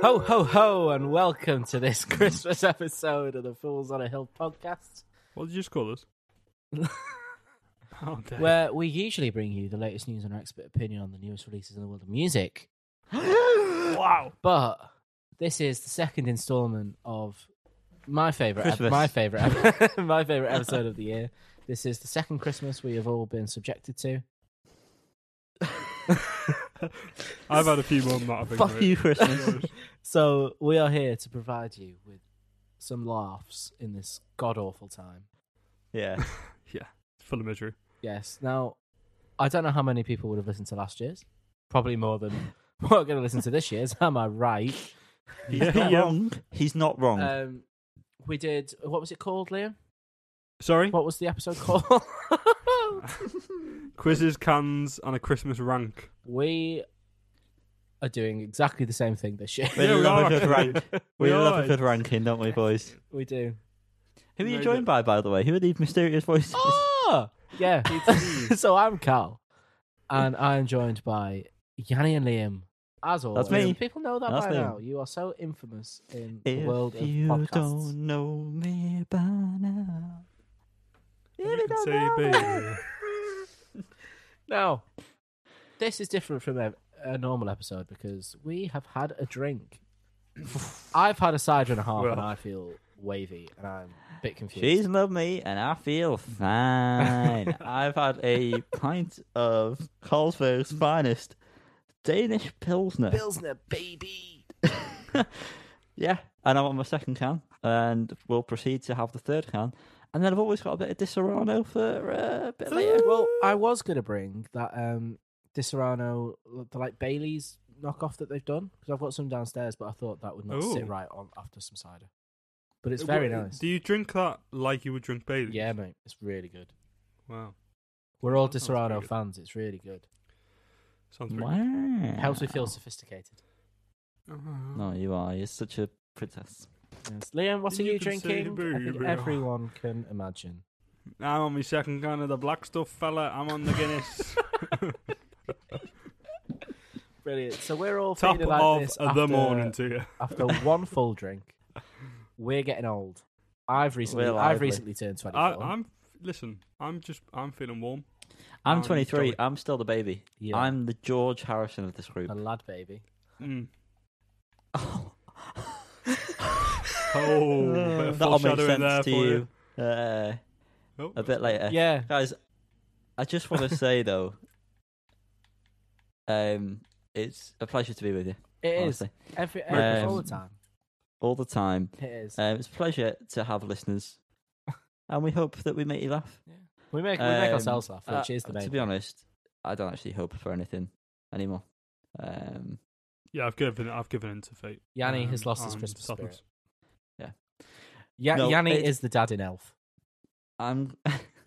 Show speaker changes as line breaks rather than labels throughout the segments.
Ho, ho, ho, and welcome to this Christmas episode of the Fools on a Hill podcast,
What did you just call us? How dare
where we usually bring you the latest news and our expert opinion on the newest releases in the world of music.
you. Wow.
But this is the second installment of my favorite, ep-
Christmas.
my favorite, ep- my favorite episode of the year. This is the second Christmas we have all been subjected to.
I've had a few more than that, I think.
Fuck
mate.
you, Christmas.
So we are here to provide you with some laughs in this god awful time.
yeah.
yeah. Full of misery.
Yes. Now, I don't know how many people would have listened to last year's. Probably more than what are going to listen to this year's. Am I right?
He's
Yeah, um, Uh,
not
yeah.
wrong. He's not wrong.
Um, we did. What was it called, Liam?
Sorry?
What was the episode called?
Quizzes, cans, and a Christmas rank.
we are doing exactly the same thing this year.
we
Yeah, we
love
are.
a good rank. We
We
love
are.
a good ranking, don't we, boys?
we do.
Who are you
No,
joined by, by the way? Who are these mysterious voices?
Ah, yeah.
It's
so I'm Cal, and I'm joined by Yanni and Liam. As always,
me.
people know that
That's
by
me.
now. You are so infamous in the
if
world of
you
podcasts.
don't know me by now. If you don't know me-
Now, this is different from a, a normal episode because we have had a drink. I've had a cider and a half, and
Well.
I feel wavy, and I'm a bit confused.
She's loved me and I feel fine. I've had a pint of Carlsberg's finest Danish Pilsner.
Pilsner, baby.
Yeah, and I'm on my second can, and we'll proceed to have the third can. And then I've always got a bit of Disaronno for uh, a bit later.
Well, I was gonna bring that um, Disaronno, the like Bailey's knockoff that they've done because I've got some downstairs, but I thought that would not
Ooh. Uh,
sit right on after some cider. But it's very
What-
nice.
Do you drink that like you would drink Bailey?
Yeah, mate, it's really good.
Wow.
We're all
That sounds pretty
Disaronno
good.
fans. It's really good.
Sounds pretty
Wow.
Helps me feel sophisticated.
Uh-huh.
No, you are. You're such a princess.
Yes. Liam, what are
You
you
can say
drinking?
boo,
I think
boo.
everyone can imagine.
I'm on my second can of the black stuff, fella. I'm on the Guinness.
Brilliant. So we're all
Top
feeling like
of
this
the
after,
morning to you.
after one full drink. We're getting old. I've recently,
We're
I've
lively.
recently turned twenty-four.
I, I'm listen. I'm just. I'm feeling warm.
I'm
I'm
23.
Johnny.
I'm still the baby.
Yeah. Uh,
I'm the George Harrison of this group.
a lad, baby.
Mm.
Oh,
Oh, bit of
that'll make
foreshadowing there
sense to
for
you uh,
Oh,
a bit later.
Yeah,
Guys, I just want to say, though, um, it's a pleasure to be with you.
it is
honestly.
every, every
Um,
all the time.
All the time.
It is.
Um, it's a pleasure to have listeners, and we hope that we make you laugh.
we make we make
um,
ourselves laugh, which
Uh,
is the main.
to be honest, I don't actually hope for anything anymore. Um,
Yeah, I've given. I've given in to fate. Um,
Yanni has lost his
and
Christmas
sadness.
spirit. Ya-
No,
Yanni
it's-
is the dad in Elf.
I'm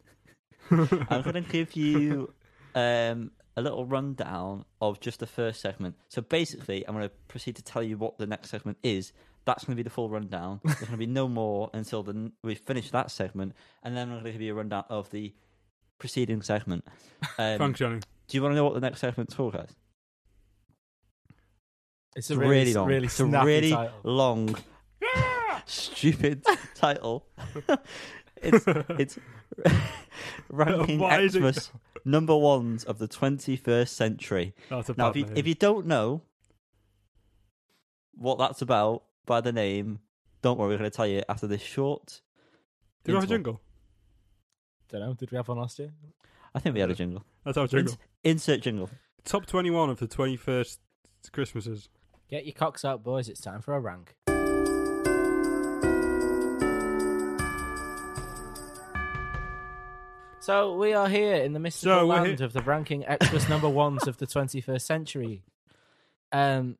I'm going to give you um, a little rundown of just the first segment. So basically, I'm going to proceed to tell you what the next segment is. That's going to be the full rundown. There's going to be no more until the, n- we finish that segment, and then I'm going to give you a rundown of the preceding segment. Um,
Thanks, Yanni.
do you want to know what the next segment's for, guys?
It's
It's really long.
Really
it's a
snappy
really
title.
long, stupid title. it's it's ranking
Why is it-
Xmas number ones of the 21st century.
That's a bad
Now, if you,
name.
if you don't know what that's about by the name, don't worry, we're going to tell you after this short.
Do you have a
interval.
jingle?
Don't know. Did we have one last year?
I think we had a jingle.
That's our
Ins-
jingle.
insert jingle.
Top 21 of the 21st Christmases.
Get your cocks out, boys. It's time for a rank. So we are here in the mystical
So we're
land
here-
of the ranking Xmas number ones of the 21st century. Um,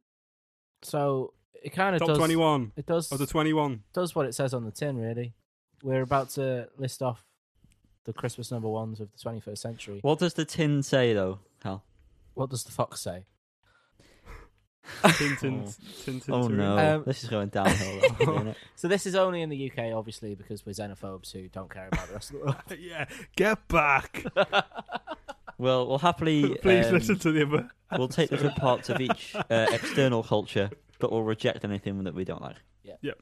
so it kind of
Top
does.
21
It does
of the 21.
does what it says on the tin. Really, we're about to list off the Christmas number ones of the 21st century. What,
What does the tin say, though, Hal?
does the fox say?
Tintin. Tintin.
Oh, no.
Um,
this is going downhill. though, isn't it?
So this is only in the UK, obviously, because we're xenophobes who don't care about the rest of the world.
yeah, get back.
Well, we'll happily.
Please
um,
listen to the other.
We'll take the good parts of each uh, external culture but we'll reject anything that we don't like.
And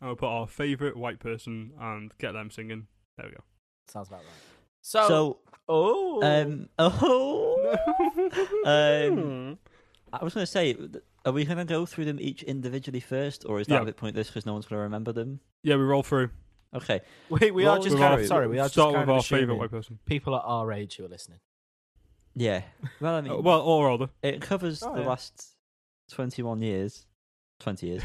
we'll put our favourite white person and get them singing. There we go.
Sounds about right. So,
so
oh,
um, oh,
Hmm.
um, I was going to say, th- are we going to go through them each individually first, or is that
Yeah.
a bit pointless because no one's going to remember them?
Yeah, we roll through.
Okay,
we, we are
Well,
just
we've
kind
already-
of, sorry, we are just
Start
kind
with
of
our favourite
assuming
white person.
people at our age who are listening.
yeah. Well, I mean,
Uh, well, or older.
it covers
Oh,
the
yeah.
last twenty-one years, twenty years.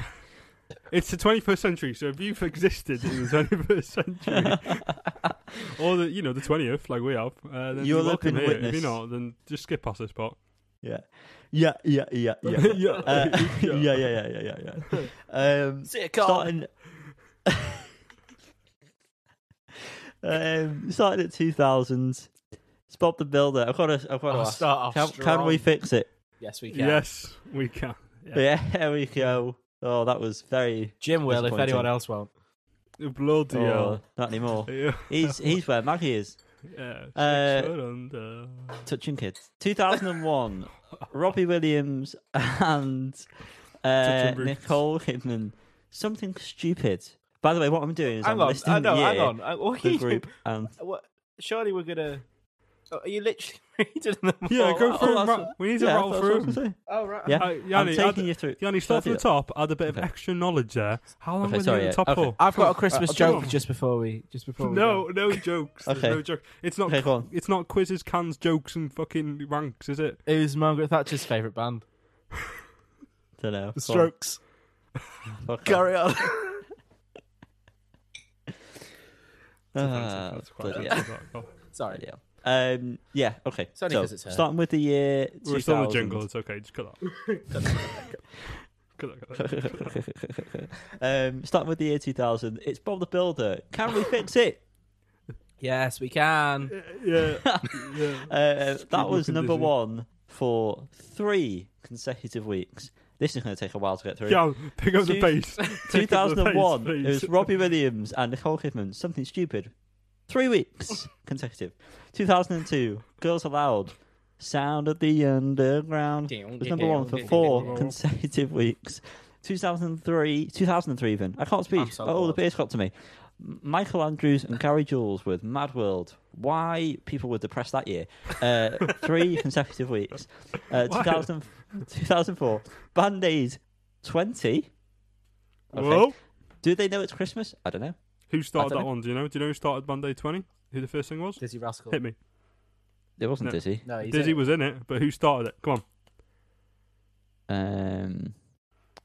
It's the 21st century, so if you've existed in the 21st century, or the you know the 20th, like we have, uh, then
You'll
you're
have
welcome
been
here. If
witness.
you're not, then just skip past this part.
yeah, yeah, yeah, yeah, yeah,
Yeah.
Uh, yeah, yeah, yeah, yeah, yeah, yeah. Um,
See it,
starting um, starting at 2000 spot the builder i've got to i've got to
Oh,
ask.
start off
Can, can
strong.
we fix it
Yes, we can.
Yes, we can. Yeah.
yeah there we go oh that was very
Jim will if
Disappointing.
anyone else won't.
Bloody
oh,
hell.
not anymore
Yeah.
he's he's where maggie is
Yeah. uh, six
Uh,
foot under.
touching kids 2001 robbie williams and uh,
Touching roots.
nicole kidman something stupid by the way what i'm doing is
Hang
i'm
on,
Uh,
listing
I know,
the
hang
year
on. I- what are
the
you
group and
What? Surely we're gonna. Oh, are you literally reading them?
Yeah,
all
go
out?
through.
oh, that's
ra-
what-
we need to
yeah,
roll
that's what I was
through.
gonna say.
Oh right.
Yeah.
Uh,
I'm
Yanni,
taking
add,
you through.
Yanni, start from
Sorry.
the top. Add a bit of
Okay.
extra knowledge there. How long
Okay,
was
sorry,
it
yeah.
at the top
Okay.
for?
I've got a Christmas
I'll
joke
do-
just before we just before we
No,
go.
no jokes. There's
Okay.
No joke. It's not.
Okay, go on.
It's not quizzes, cans, jokes, and fucking ranks, is it?
Who's Margaret Thatcher's favourite band?
Don't know.
Strokes.
Gary.
on.
Uh,
That's quite
bloody
offensive, that. Oh.
Sorry.
yeah. Um, yeah. Okay.
It's only
so,
'cause it's her.
starting with the year.
We're still in the
2000.
jingle. It's okay. Just cut that. cut that. Cut that.
um, starting with the year 2000. It's Bob the Builder. Can we fix it?
Yes, we can.
Yeah. yeah.
Uh, that was
looking
number
dizzy.
one for three consecutive weeks. This is going to take a while to get through.
Yeah, pick up
Two-
the pace.
2001.
Please,
it was
please.
Robbie Williams and Nicole Kidman. Something stupid. Three weeks consecutive. 2002. Girls Aloud. Sound of the Underground. It was number one for four consecutive weeks. 2003. 2003 even. I can't
I'm
speak.
so
oh, the
bored.
beer's got to me. M- Michael Andrews and Gary Jules with Mad World. Why people were depressed that year? Uh, three consecutive weeks. Uh,
Why?
2000, 2004. Band Aid 20. Okay.
Whoa.
Do they know it's Christmas? I don't know.
Who started
don't
that
know.
one? Do you know? Do you know who started Band Aid 20? Who the first thing was?
Dizzy Rascal.
Hit me.
It wasn't
No.
Dizzy.
No, he's
Dizzy
in it.
was in it, but who started it? Come on.
Um,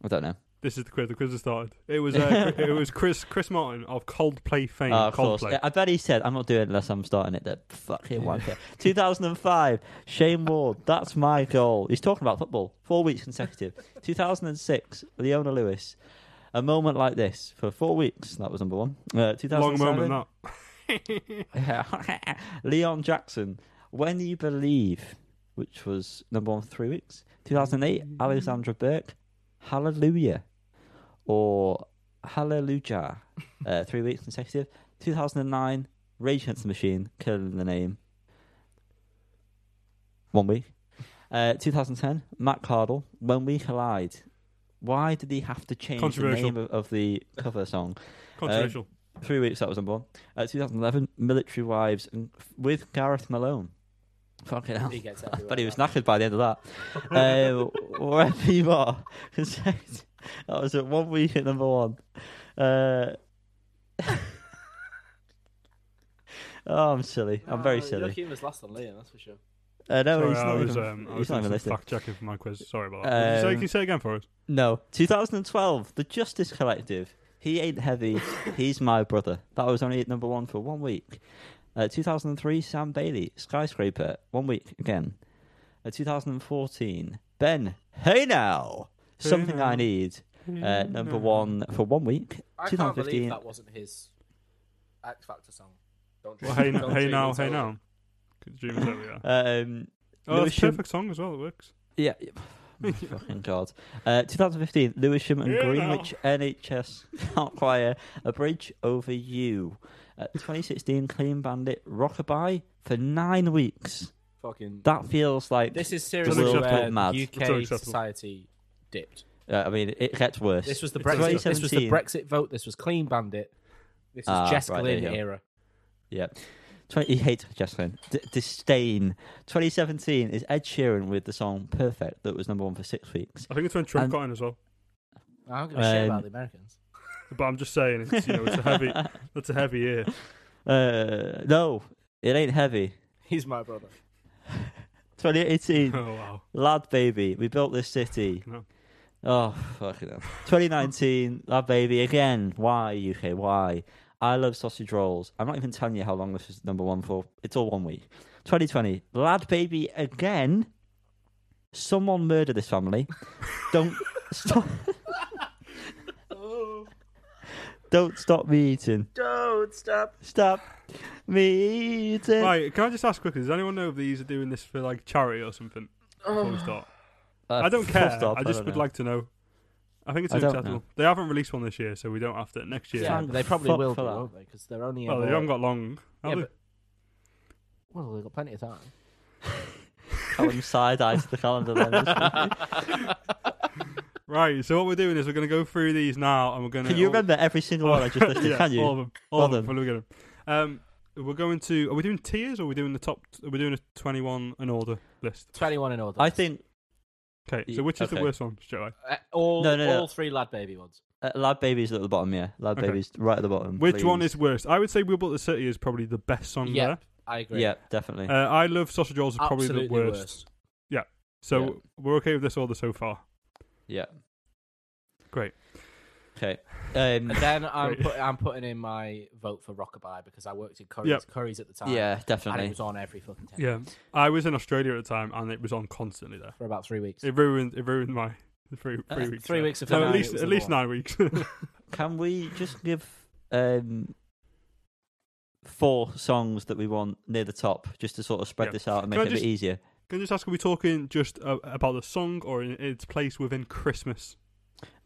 I don't know.
This is the quiz. The quiz has started. It was uh, it was Chris Chris Martin of Coldplay fame.
Ah, of course.
Coldplay.
I bet he said, "I'm not doing it unless I'm starting it." That fucking wanker. 2005. Shane Ward. That's my goal. He's talking about football. Four weeks consecutive. 2006. Leona Lewis. A moment like this for four weeks. That was number one. Uh,
Long
2007.
moment that.
Leon Jackson, When You Believe, which was number one for three weeks. 2008, Alexandra Burke, Hallelujah, or Hallelujah, uh, three weeks consecutive. 2009, Rage Against the Machine, killing the name. One week. Uh, 2010, Matt Cardle, When We Collide. Why did he have to change the
Controversial.
name of, of the cover song?
Controversial.
Three weeks, that was number one. Uh, 2011, Military Wives and with Gareth Malone. Fucking hell.
He gets
I bet he
everywhere.
was knackered by the end of that. uh, wherever you are. consecutive- that was at one week at number one. Uh, oh, I'm silly. I'm very
Uh, Your
silly.
humour's last on Liam, that's for sure.
Uh, no,
Sorry,
he's
I
not
was,
even,
um, I
he's
was
not
doing some
even listening.
fact checking for my quiz. Sorry about that. Can you say,
Um,
can you say it again for us?
No, 2012, The Justice Collective. He ain't heavy. He's my brother. That was only at number one for one week. Uh, 2003, Sam Bailey, Skyscraper. One week again. Uh, 2014, Ben. Hey now,
Hey
something
Now.
I need. Uh, number one for one week.
I can't
2015.
believe that wasn't his X Factor song. Don't
Well,
dream-
hey, now,
don't
hey
dream
now,
it's
hey
over.
now. Good dreams over yeah.
Um,
Oh,
Lewis
it's a
Shim-
perfect song as well. It works.
yeah. Fucking God. Uh, 2015, Lewisham and
Yeah, now.
Greenwich NHS Choir, A Bridge Over You. Uh, 2016, Clean Bandit, Rockabye for nine weeks.
Fucking.
That feels like
This is
the
seriously
world
unacceptable.
where
went mad.
UK
unacceptable.
society dipped.
Uh, I mean, it gets worse.
This was the
It's
Brexit. This was the
2017.
Brexit vote. This was Clean Bandit. This was
Ah,
Jess
right, there
Glynn
you go.
era.
Yeah. 20, he hates Jocelyn. D- disdain. 2017 is Ed Sheeran with the song Perfect that was number one for six weeks.
I think it's when Trump
And-
got in as well.
I don't give a shit
Um,
about the Americans.
But I'm just saying, it's, you know, it's a heavy, that's a heavy year.
Uh, no, it ain't heavy.
He's my brother.
2018,
Oh wow.
Lad Baby. We built this city.
No.
Oh, fucking hell. 2019, Lad Baby again. Why, UK? Why? I love sausage rolls. I'm not even telling you how long this is number one for. It's all one week. 2020, Lad Baby again. Someone murder this family. Don't stop. Don't stop me eating.
Oh. Don't stop.
Stop me eating.
Right, can I just ask quickly? Does anyone know if these are doing this for like charity or something? Before we start,
Uh,
I don't
full
care.
stop,
I just
don't
would
know.
like to know. I think it's
I don't
unacceptable.
know.
They haven't released one this year, so we don't have to next year.
Yeah,
Thank
but they probably
fuck
will
for
do,
that.
won't they? Because they're only.
Well,
ever-
they haven't got long.
Yeah,
Have they?
but- Well, they've got plenty of time.
Callum side eyes the calendar. Then.
Right. So what we're doing is we're going to go through these now, and we're going to.
Can you remember every single one I just listed?
yeah,
can you?
All of them. All,
All
of them.
of
Before we get 'em. Um, we're going to. Are we doing tiers or are we doing the top? Are we doing a twenty-one in order list?
Twenty-one in order.
I think
Okay. So
Y-
which is the
okay. Mm,
worst one, Joe?
Uh, all
No, no, no.
all three lad baby ones.
uh, Lad Baby's at the bottom, yeah. Lad
Okay.
Baby's right at the bottom.
Which
please.
one is worst? I would say We Built the City is probably the best song
Yeah, I agree.
Yeah, definitely.
there. Uh, I Love Sausage Rolls is probably
Absolutely
the worst.
worst.
So
Yeah.
we're okay with this order so far.
yeah.
Great.
Okay.
And
Um,
then I'm
Right.
put, I'm putting in my vote for Rockabye because I worked in Curry's,
Yep.
Curry's at the time.
yeah,
and it
definitely.
was on every fucking ten
Yeah. I was in Australia at the time and it was on constantly there.
for about three weeks.
It ruined it ruined my three
Uh,
three weeks.
three
there.
weeks of
No,
nine,
at
it
least
was
at
number
least
one.
nine weeks.
Can we just give um, four songs that we want near the top just to sort of spread
Yeah.
this out and
Can
make
I
it a
just-
bit easier?
Can I just ask, are we talking just uh, about the song or in its place within Christmas?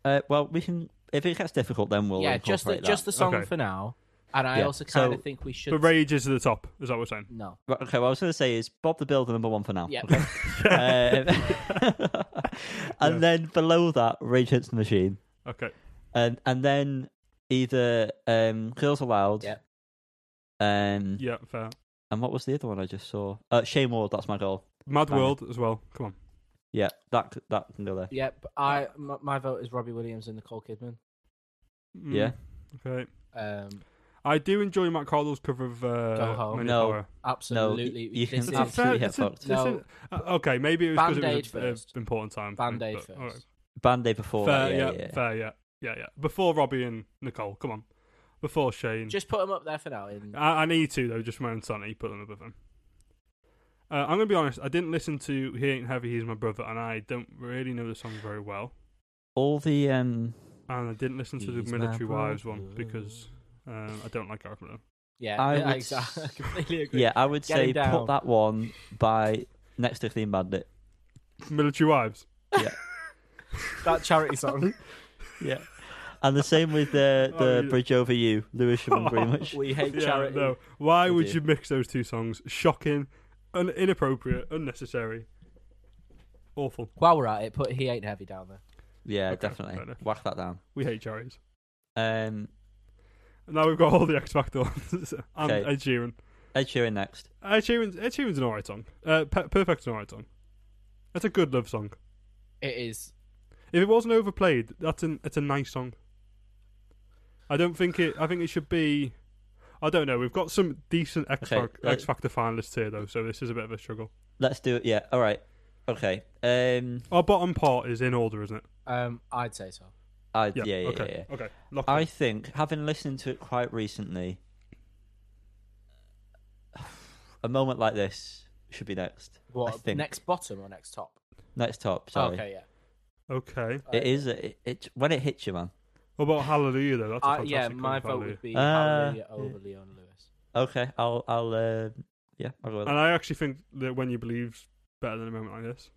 Uh, well, we can. If it gets difficult, then we'll.
yeah, just the,
incorporate that.
just the song
Okay.
for now. And I
Yeah.
also kind of
So-
think we should.
But Rage is at the top, is that what we're saying?
no.
Right, okay, what I was going to say is Bob the Builder number one for now.
Yeah.
Okay. Um, and
Yeah.
then below that, Rage Hits the Machine,
Okay.
and and then either um, Girls Aloud.
Yeah. Mm.
Um,
Yeah, fair.
and what was the other one I just saw? Uh, Shame Ward. That's my goal.
Mad
Fine.
World as well. Come on.
Yeah, that c- that can go there.
Yeah, but I my, my vote is Robbie Williams and Nicole Kidman.
Mm,
Yeah.
Okay.
Um,
I do enjoy Matt Cardle's cover of uh,
Go Home.
Men in
No.
Horror.
absolutely.
you can
this
It's
is
a
absolutely
fair-
get
it's a-
fucked.
it's a-
No.
uh, okay, maybe it was
Band-Aid
because it was
first.
an important time. for me,
Band Aid
but
first.
oh, all right.
Band Aid before.
Fair,
that,
yeah,
yeah, yeah, yeah.
fair, yeah, yeah, yeah. Before Robbie and Nicole, come on. Before Shane,
Just put them up there for now. In,
I, I need to though. Just for my own sanity, put them above him. Uh, I'm gonna be honest. I didn't listen to "He Ain't Heavy, He's My Brother," and I don't really know the song very well.
All the um.
And I didn't listen to the
He's my
Military Wives one
brother.
because um, I don't like Gareth Miller.
yeah,
I
I,
would
exa-
s-
I completely agree.
Yeah, I would
Get
say
him down.
put that one by next to Clean Bandit.
Military Wives.
That charity song,
Yeah. And the same with the the
Oh, yeah.
Bridge Over You, Lewisham and Greenwich.
We Hate
Yeah,
Charity.
no. Why
Oh,
would
dear.
you mix those two songs? Shocking, un- inappropriate, unnecessary, awful.
While we're at it, put He Ain't Heavy down there.
Yeah,
Okay, fair
definitely.
enough.
Whack that down.
We hate charities.
Um,
And now we've got all the X Factor ones and
Okay.
Ed Sheeran.
Ed Sheeran next.
Ed Sheeran's, Ed Sheeran's an alright song. Uh, Pe- Perfect's an alright song. That's a good love song.
It is.
If it wasn't overplayed, that's an it's a nice song. I don't think it. I think it should be. I don't know. We've got some decent X,
Okay,
Fac-
uh,
X Factor finalists here though, so this is a bit of a struggle.
Let's do it. Yeah. All right. Okay. Um,
Our bottom part is in order, isn't it?
Um, I'd say so.
I, yeah, yeah,
okay.
yeah, yeah.
Okay. Lock
I
it.
think having listened to it quite recently, a moment like this should be next.
What
I think.
next bottom or next top?
Next top. Sorry.
Okay, yeah. Uh,
Okay.
It is a, it, it when it hits you, man.
What about Hallelujah though? That's a
I,
fantastic
yeah, my vote
cover, Hallelujah.
would be
Uh,
Hallelujah
yeah.
over Leon Lewis.
Okay. I'll I'll uh, yeah. I'll go with that.
And I actually think that when you believe's better than a moment like this.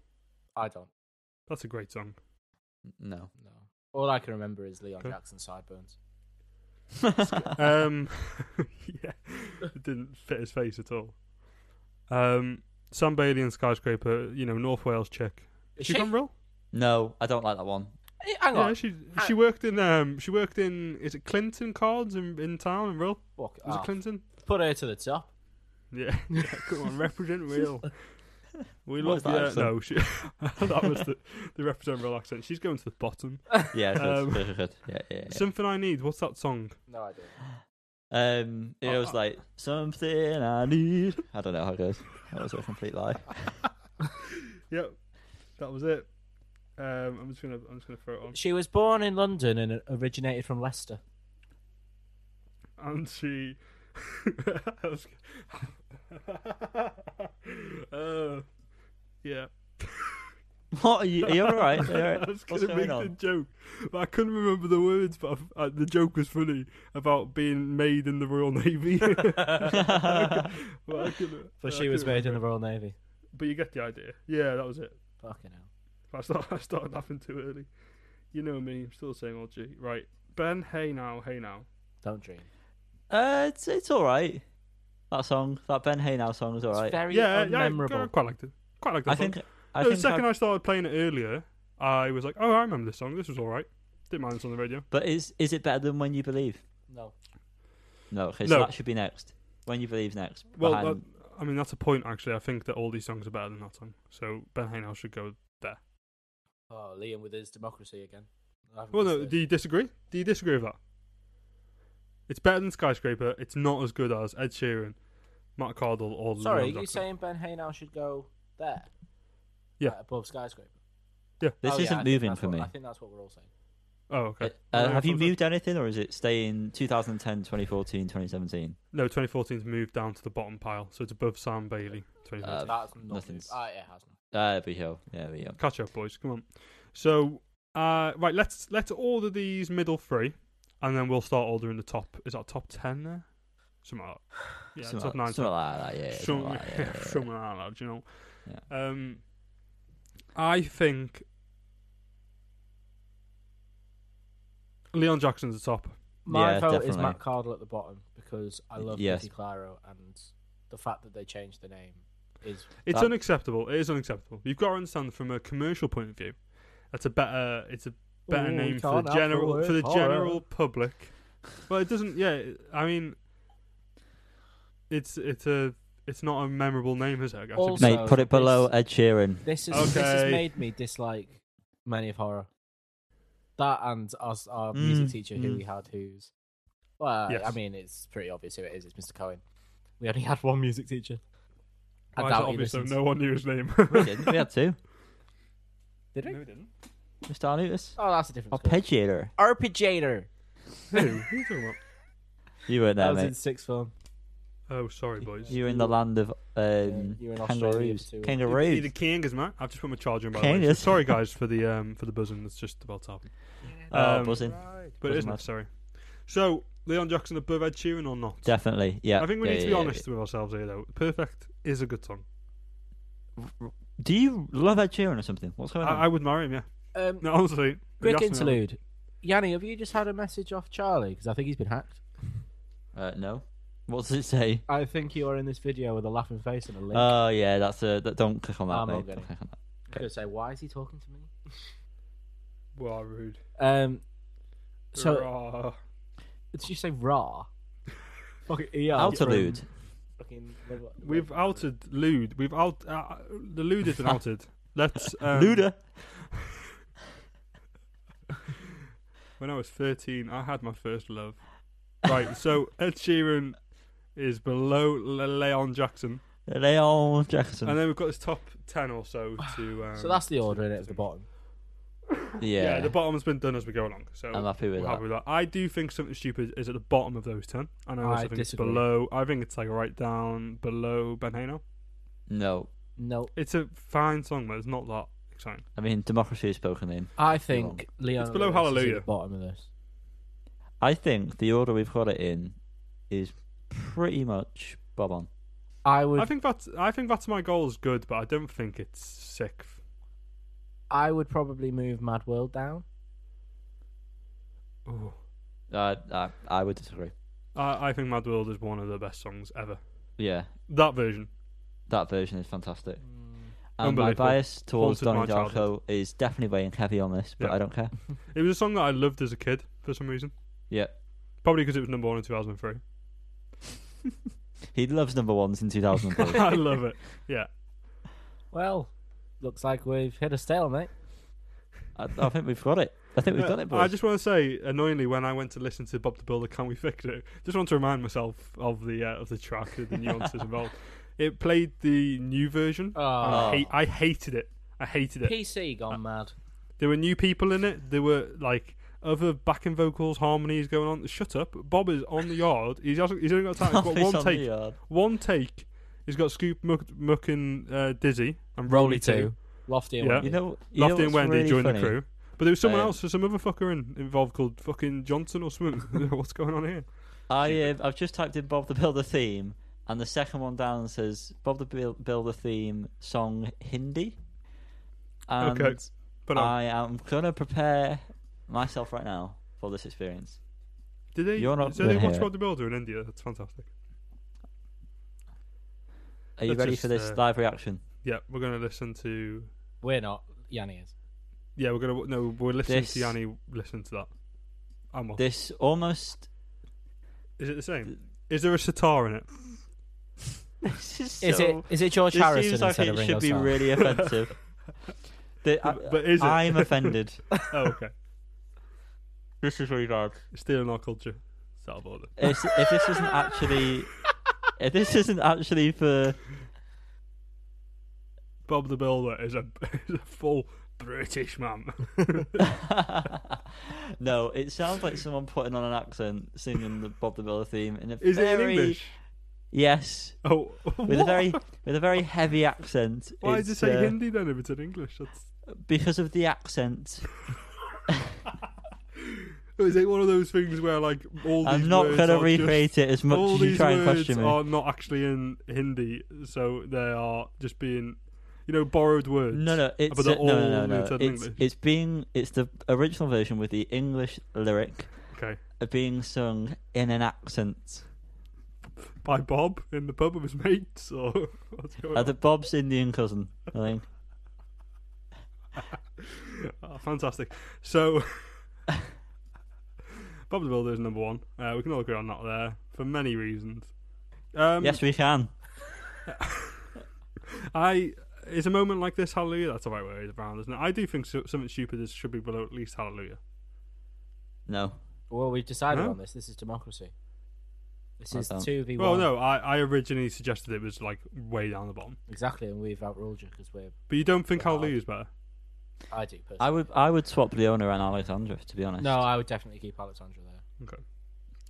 I don't
That's a great song.
No.
know. All I can remember is Leon
Okay.
Jackson sideburns.
Um, yeah, it didn't fit his face at all. Um, Sam Bailey and Skyscraper, you know, North Wales chick.
Is
she
she-
gone real?
no, I don't like that one.
Hey, Hang on.
Yeah, she she worked in um she worked in is it Clinton Cards in, in town in Real?
Fuck off.
Was
Ah.
it Clinton?
Ah. Put her to the top.
Yeah, yeah. Come on, represent Real. We
What was
love
that
yeah,
accent?
no. She, that was the, the represent Real accent. She's going to the bottom.
Yeah,
Um,
good, good, good. yeah, yeah. yeah.
Something I need. What's that song?
No idea.
Um, it
Oh,
was
I-
like something I need. I don't know how it goes. That was a complete lie.
Yep, that was it. Um, I'm just gonna I'm just gonna throw it on.
She was born in London and originated from Leicester.
and she. I was- uh, yeah,
What are you? Are you all right? Are you all
I
right?
was
What's
gonna make
going
the
on?
joke, but I couldn't remember the words. But I, I, the joke was funny about being made in the Royal Navy. but I couldn't-
But
I
she was
couldn't
made in the
remember.
Royal Navy.
But you get the idea. Yeah, that was it.
Fucking hell.
I started, I started laughing too early. You know me. I'm still saying old G. Right, Ben. Hey now, hey now.
Don't dream.
Uh, it's it's all right. That song, that Ben Haynow song, was all
It's
right.
very
Yeah, yeah,
unmemorable.
I quite liked it. Quite liked that
I
song.
think. I
No,
think
the second
I-
I started playing it earlier, I was like, "Oh, I remember this song. This was all right. Didn't mind this on the radio."
But is is it better than When You Believe?
No.
No, okay,
No.
so that should be next. When You Believe next.
Well,
behind-
that, I mean, that's a point actually. I think that all these songs are better than that song. So Ben Haynow should go.
Oh, Liam with his democracy again. I haven't
Well,
missed
no,
it.
do you disagree? Do you disagree with that? It's better than Skyscraper. It's not as good as Ed Sheeran, Matt Cardle, or
Sorry, are
Llewellyn
you
Jackson.
saying Ben Haynow should go there?
Yeah.
Right above skyscraper.
this
Oh, yeah, I
isn't
think
moving
that's
for
what-
me.
I think that's what we're all saying.
Oh, okay.
Uh,
Yeah,
have
I
you
thought so.
moved anything, or is it staying 2010, 2014, 2017?
No, 2014's moved down to the bottom pile, so it's above Sam Bailey. 2014.
Uh,
that's not moving.
nothing's-
Ah, it has not.
Ah, There we go. There we go.
Catch up, boys. Come on. So, uh, right, let's let's order these middle three, and then we'll start ordering the top. Is that top ten there? Something like that. Yeah,
Something
top
like-
nine.
something like that,
Eh,
yeah,
Something
something like that, yeah, yeah, yeah.
something like that, do you know? Um, I think Leon Jackson's the top.
My
Yeah,
vote is
definitely.
Matt Cardle at the bottom because I love
Yes.
Vicky Claro and the fact that they changed the name is
It's
That-
unacceptable. It is unacceptable. You've got to understand from a commercial point of view. That's a better. It's a better
Ooh, we
name for
can't
the
have
general
word
for the
horror.
general public. Well, it doesn't. Yeah, I mean, it's it's a it's not a memorable name, is it? I guess.
Also-
It's-
Mate, put it below Ed Sheeran.
This is this has
Okay.
made me dislike many of horror. That and us, our
Mm,
music teacher who
mm.
we had, who's well, I
Yes.
mean, it's pretty obvious who it is. It's Mr. Cohen. We only had one music teacher. I
Why is it
doubt he
obvious though?
listens.
No one knew his name.
we didn't. We had two.
Did we?
didn't.
Mr. Arnutis.
Oh, that's a different. school.
Arpeggiator.
Arpeggiator.
Who? Who are you talking about?
You weren't
That
there,
was in
mate.
sixth form.
Oh, sorry, boys.
You were in the land of um,
you were in Australia
kangaroos.
too.
You're the
Kangaroos.
king is man. I've just put my charger in. By the way. So
Kangas.
sorry, guys, for the um for the buzzing. That's just about to happen.
Oh,
Um,
buzzing.
But it
Doesn't
isn't
matter.
sorry. So Leon Jackson above Ed Sheeran or not?
Definitely. Yeah.
I think we
yeah,
need to
yeah,
be
yeah,
honest with ourselves here, though. Perfect is a good song.
yeah. Do you love Ed Sheeran or something? What's going on?
I, I would marry him. Yeah.
Um,
No, honestly. if you
quick
asked me that-
interlude. Yanni, have you just had a message off Charlie? Because I think he's been hacked.
Uh, no. What does it say?
I think you are in this video with a laughing face and a link.
Oh yeah, that's a. That, don't click on that.
I'm not
mate.
getting
Don't click on that.
I'm gonna say, why is he talking to me?
Wow, rude.
Um, so
Rah.
Did you say raw? Fucking ER.
Altitude.
Fucking,
we've outed lewd. We've out uh, the lewd has been outed. Let's um,
Luda.
When I was thirteen, I had my first love. Right. so Ed Sheeran is below Le- Leon Jackson,
Leon Jackson.
and then we've got this top ten or so to. Um,
So that's the
to-
order in it at the bottom.
yeah.
Yeah. the bottom has been done as we go along. So
I'm happy with
We're
that.
happy with that. I do think something stupid is at the bottom of those ten. And I also
I
think
disagree.
it's below. I think it's like right down below Ben Hano.
No,
No,
It's a fine song, but it's not that exciting.
I mean democracy is spoken in.
I think Leon.
It's below
Lewis is at
Hallelujah.
the bottom of this.
I think the order we've got it in is pretty much bob on.
I would.
I think that's I think that's my goal is good, but I don't think it's sixth.
I would probably move Mad World down.
Ooh.
Uh, I, I would disagree.
I, I think Mad World is one of the best songs ever.
Yeah,
That version.
Mm.
that version is fantastic. And Um, my
Unbelievable.
bias towards Donnie
Haunted my
Darko is definitely weighing heavy on this, but
Yeah.
I don't care.
It was a song that I loved as a kid for some reason.
Yeah.
Probably because it was number one in 2003.
He loves number ones in 2003.
I love it. Yeah.
Well, looks like we've hit a stalemate.
I, I think we've got it. I think we've done it, boys.
Uh, I just want to say, annoyingly, when I went to listen to Bob the Builder, "Can We Fix It?" Just want to remind myself of the uh, of the track, of the nuances involved. It played the new version. and
Oh,
I,
Oh.
hate, I hated it. I hated it. Uh,
PC gone mad.
There were new people in it. There were like other backing vocals, harmonies going on. Shut up! Bob is on the yard. He's also, he's only got time. He's got
Office
one
on the
take.
yard.
One take. He's got Scoop, Muck, Muck and uh, Dizzy and Rolly too.
Lofty
Yeah.
and
You know, you know
Lofty and
what's
Wendy
really
joined
funny?
the crew. But there was someone
Um,
else, there's some other fucker in, involved called fucking Johnson or something. What's going on here?
I uh, I've just typed in Bob the Builder theme, and the second one down says Bob the Buil- Builder theme song Hindi. And
Okay, But um,
I am gonna prepare myself right now for this experience.
did they?
you're not
did they
gonna
watch
hear
Bob
it.
the Builder in India? That's fantastic.
Are you
Let's
ready
just,
for this
uh,
live reaction?
Yeah, we're gonna listen to.
We're not. Yanni is.
Yeah, we're gonna no. We're listening
This-
to Yanni. Listen to that. I'm off.
This almost.
Is it the same? Is there a sitar in it?
This is,
Is
so-
it? Is it George
This
Harrison
seems like
instead
it
of Ringo
should be
Starr?
really offensive. The- I,
But is it?
I'm offended.
Oh, okay.
this is really bad.
Stealing our culture. Salvador.
If, if this isn't actually, if this isn't actually for
Bob the Builder is a, is a full British man.
no, it sounds like someone putting on an accent singing the Bob the Builder theme in a
Is it
very
in English?
yes,
Oh,
with
what?
a very with a very heavy accent.
Why did you
It's,
say
uh,
Hindi then if it's in English? That's
Because of the accent.
oh, Is it one of those things where like all these
I'm not
words
going to
are
recreate it as
just,
much
all
as
these
you try and
words
question me.
are not actually in Hindi, so they are just being, you know, borrowed words.
No, no, it's
they're
uh, no, no,
all
no, no.
written in
It's,
English.
it's being it's the original version with the English lyric
Okay,
uh, being sung in an accent.
by Bob in the pub with his mates, or what's going
Uh,
on?
the Bob's Indian cousin, I think.
Oh, fantastic. So, Bob the Builder is number one. Uh, we can all agree on that there for many reasons. Um,
yes, we can.
I it's a moment like this, Hallelujah. That's the right way around, isn't it? I do think so, something stupid is, should be below at least Hallelujah.
No.
Well, we've decided
No?
on this. This is democracy. This
I
is
don't-
two v one.
Well, no, I, I originally suggested it was like way down the bottom,
exactly, and we've outruled you because we're.
but you don't think
Wow.
Hallelujah is better?
I do personally.
I would I would swap Leona and Alexandra to be honest.
No, I would definitely keep Alexandra there.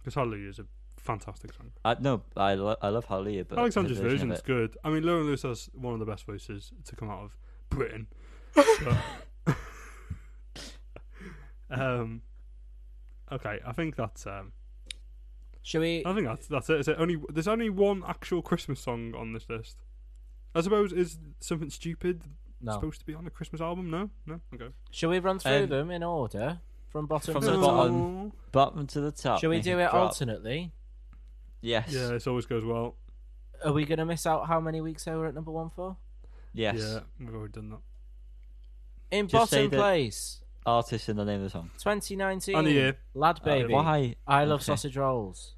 Because Hallelujah is a fantastic song.
I, no, I, lo- I love Hallelujah, but
Alexander's
her version
version
of
is
it-
good. I mean, Lauren Lewis has one of the best voices to come out of Britain. So- um, okay, I think that's um,
Should we?
Um,
I think that's that's it. Is it only there's only one actual Christmas song on this list. I suppose is something stupid
No.
supposed to be on a Christmas album? No, no. Okay.
Should we run through
Um,
them in order from bottom
from
to
the
top?
bottom. Bottom to the top.
Should we
make
do it
drop.
alternately?
Yes.
Yeah, this always goes well.
Are we going to miss out how many weeks they were at number one for?
Yes.
Yeah, we've already done that.
In
Just say
bottom
that-
place,
Artist and the name of the song.
2019.
And the year.
Lad Baby.
Uh, Why?
I love
Okay.
sausage rolls.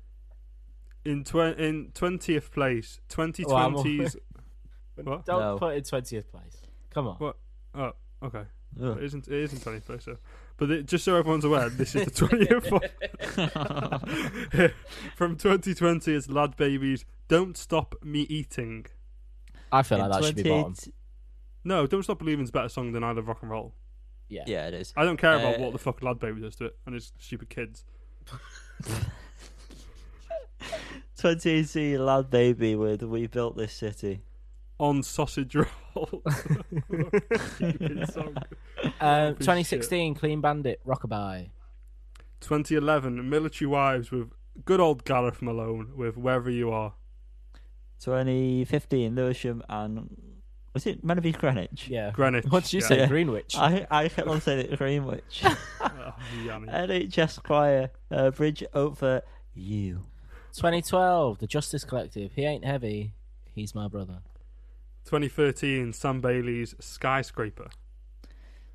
In tw- in twentieth place, twenty
Oh, I'm all-
twenties. What?
Don't
No.
put it in 20th place. Come on.
What? Oh, okay. It
Ugh.
isn't. It isn't twentieth place. So. But it, just so everyone's aware, this is the twentieth. From twenty twenty, it's Lad Babies. Don't stop me eating.
I feel like
In
that should be bottom.
28
No, don't stop believing's a better song than I love rock and roll.
Yeah.
Yeah, it is.
I don't care about
Uh,
what the fuck Lad Baby does to it and his stupid kids.
2018 Lad Baby with We Built This City.
On sausage roll. Stupid song.
Uh,
Um,
Piece of
2016, Clean Bandit, Rockabye.
2011, Military Wives with good old Gareth Malone with Wherever You Are.
2015 Lewisham and. Was it meant to be Greenwich?
Yeah.
Greenwich.
What did you
yeah.
say?
Yeah.
Greenwich.
I, I kept on saying it Greenwich.
Oh, yummy.
NHS Choir, uh, Bridge Over You.
2012, The Justice Collective. He ain't heavy. He's my brother.
2013, Sam Bailey's Skyscraper.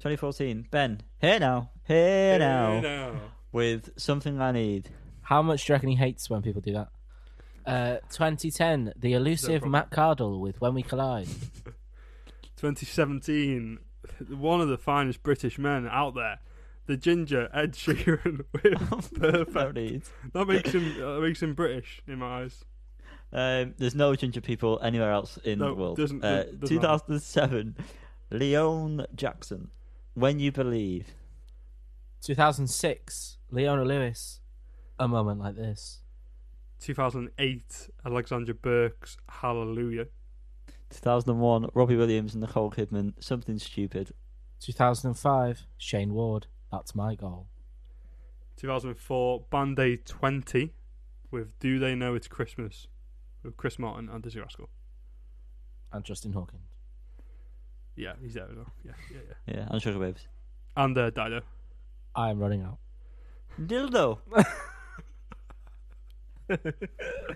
2014. Ben, here now, here now, with something I need.
How much do you reckon he hates when people do that? Uh, 2010, the elusive
problem.
Matt Cardle with When We Collide.
2017, one of the finest British men out there, the ginger Ed Sheeran. with
No
Perfect.
need.
That makes him that makes him British in my eyes.
Um, there's no ginger people anywhere else in
No,
the world.
doesn't-
uh,
doesn't matter.
2007, Leon Jackson, When You Believe.
2006, Leona Lewis, A Moment Like This.
2008, Alexandra Burke's Hallelujah.
2001, Robbie Williams and Nicole Kidman, Something Stupid.
2005, Shane Ward, That's My Goal.
2004, Band Aid 20 with Do They Know It's Christmas with Chris Martin and Dizzy Rascal.
And Justin Hawkins.
Yeah, he's there as well. Yeah, yeah, yeah.
Yeah, and Sugar Babes.
And uh, Dido.
I am running out.
Dildo. oh,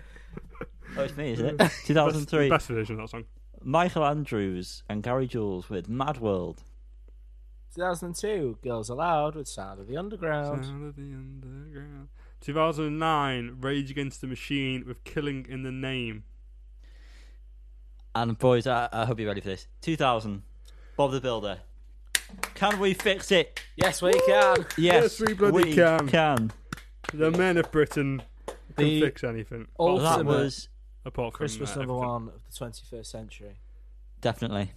it's me, is it?
Best,
2003,
best version of that song.
Michael Andrews and Gary Jules with Mad World.
2002, Girls Aloud with Sound of the Underground.
Sound of the underground. 2009, Rage Against the Machine with Killing in the Name.
And boys, I, I hope you're ready for this. 2000, Bob the Builder. Can we fix it?
Yes, we can.
Yes,
Yes, we bloody can.
can.
The men of Britain can
The-
fix anything.
All
That
Ultimate
was
apart from
Christmas
uh,
number
everything.
one of the 21st century.
definitely,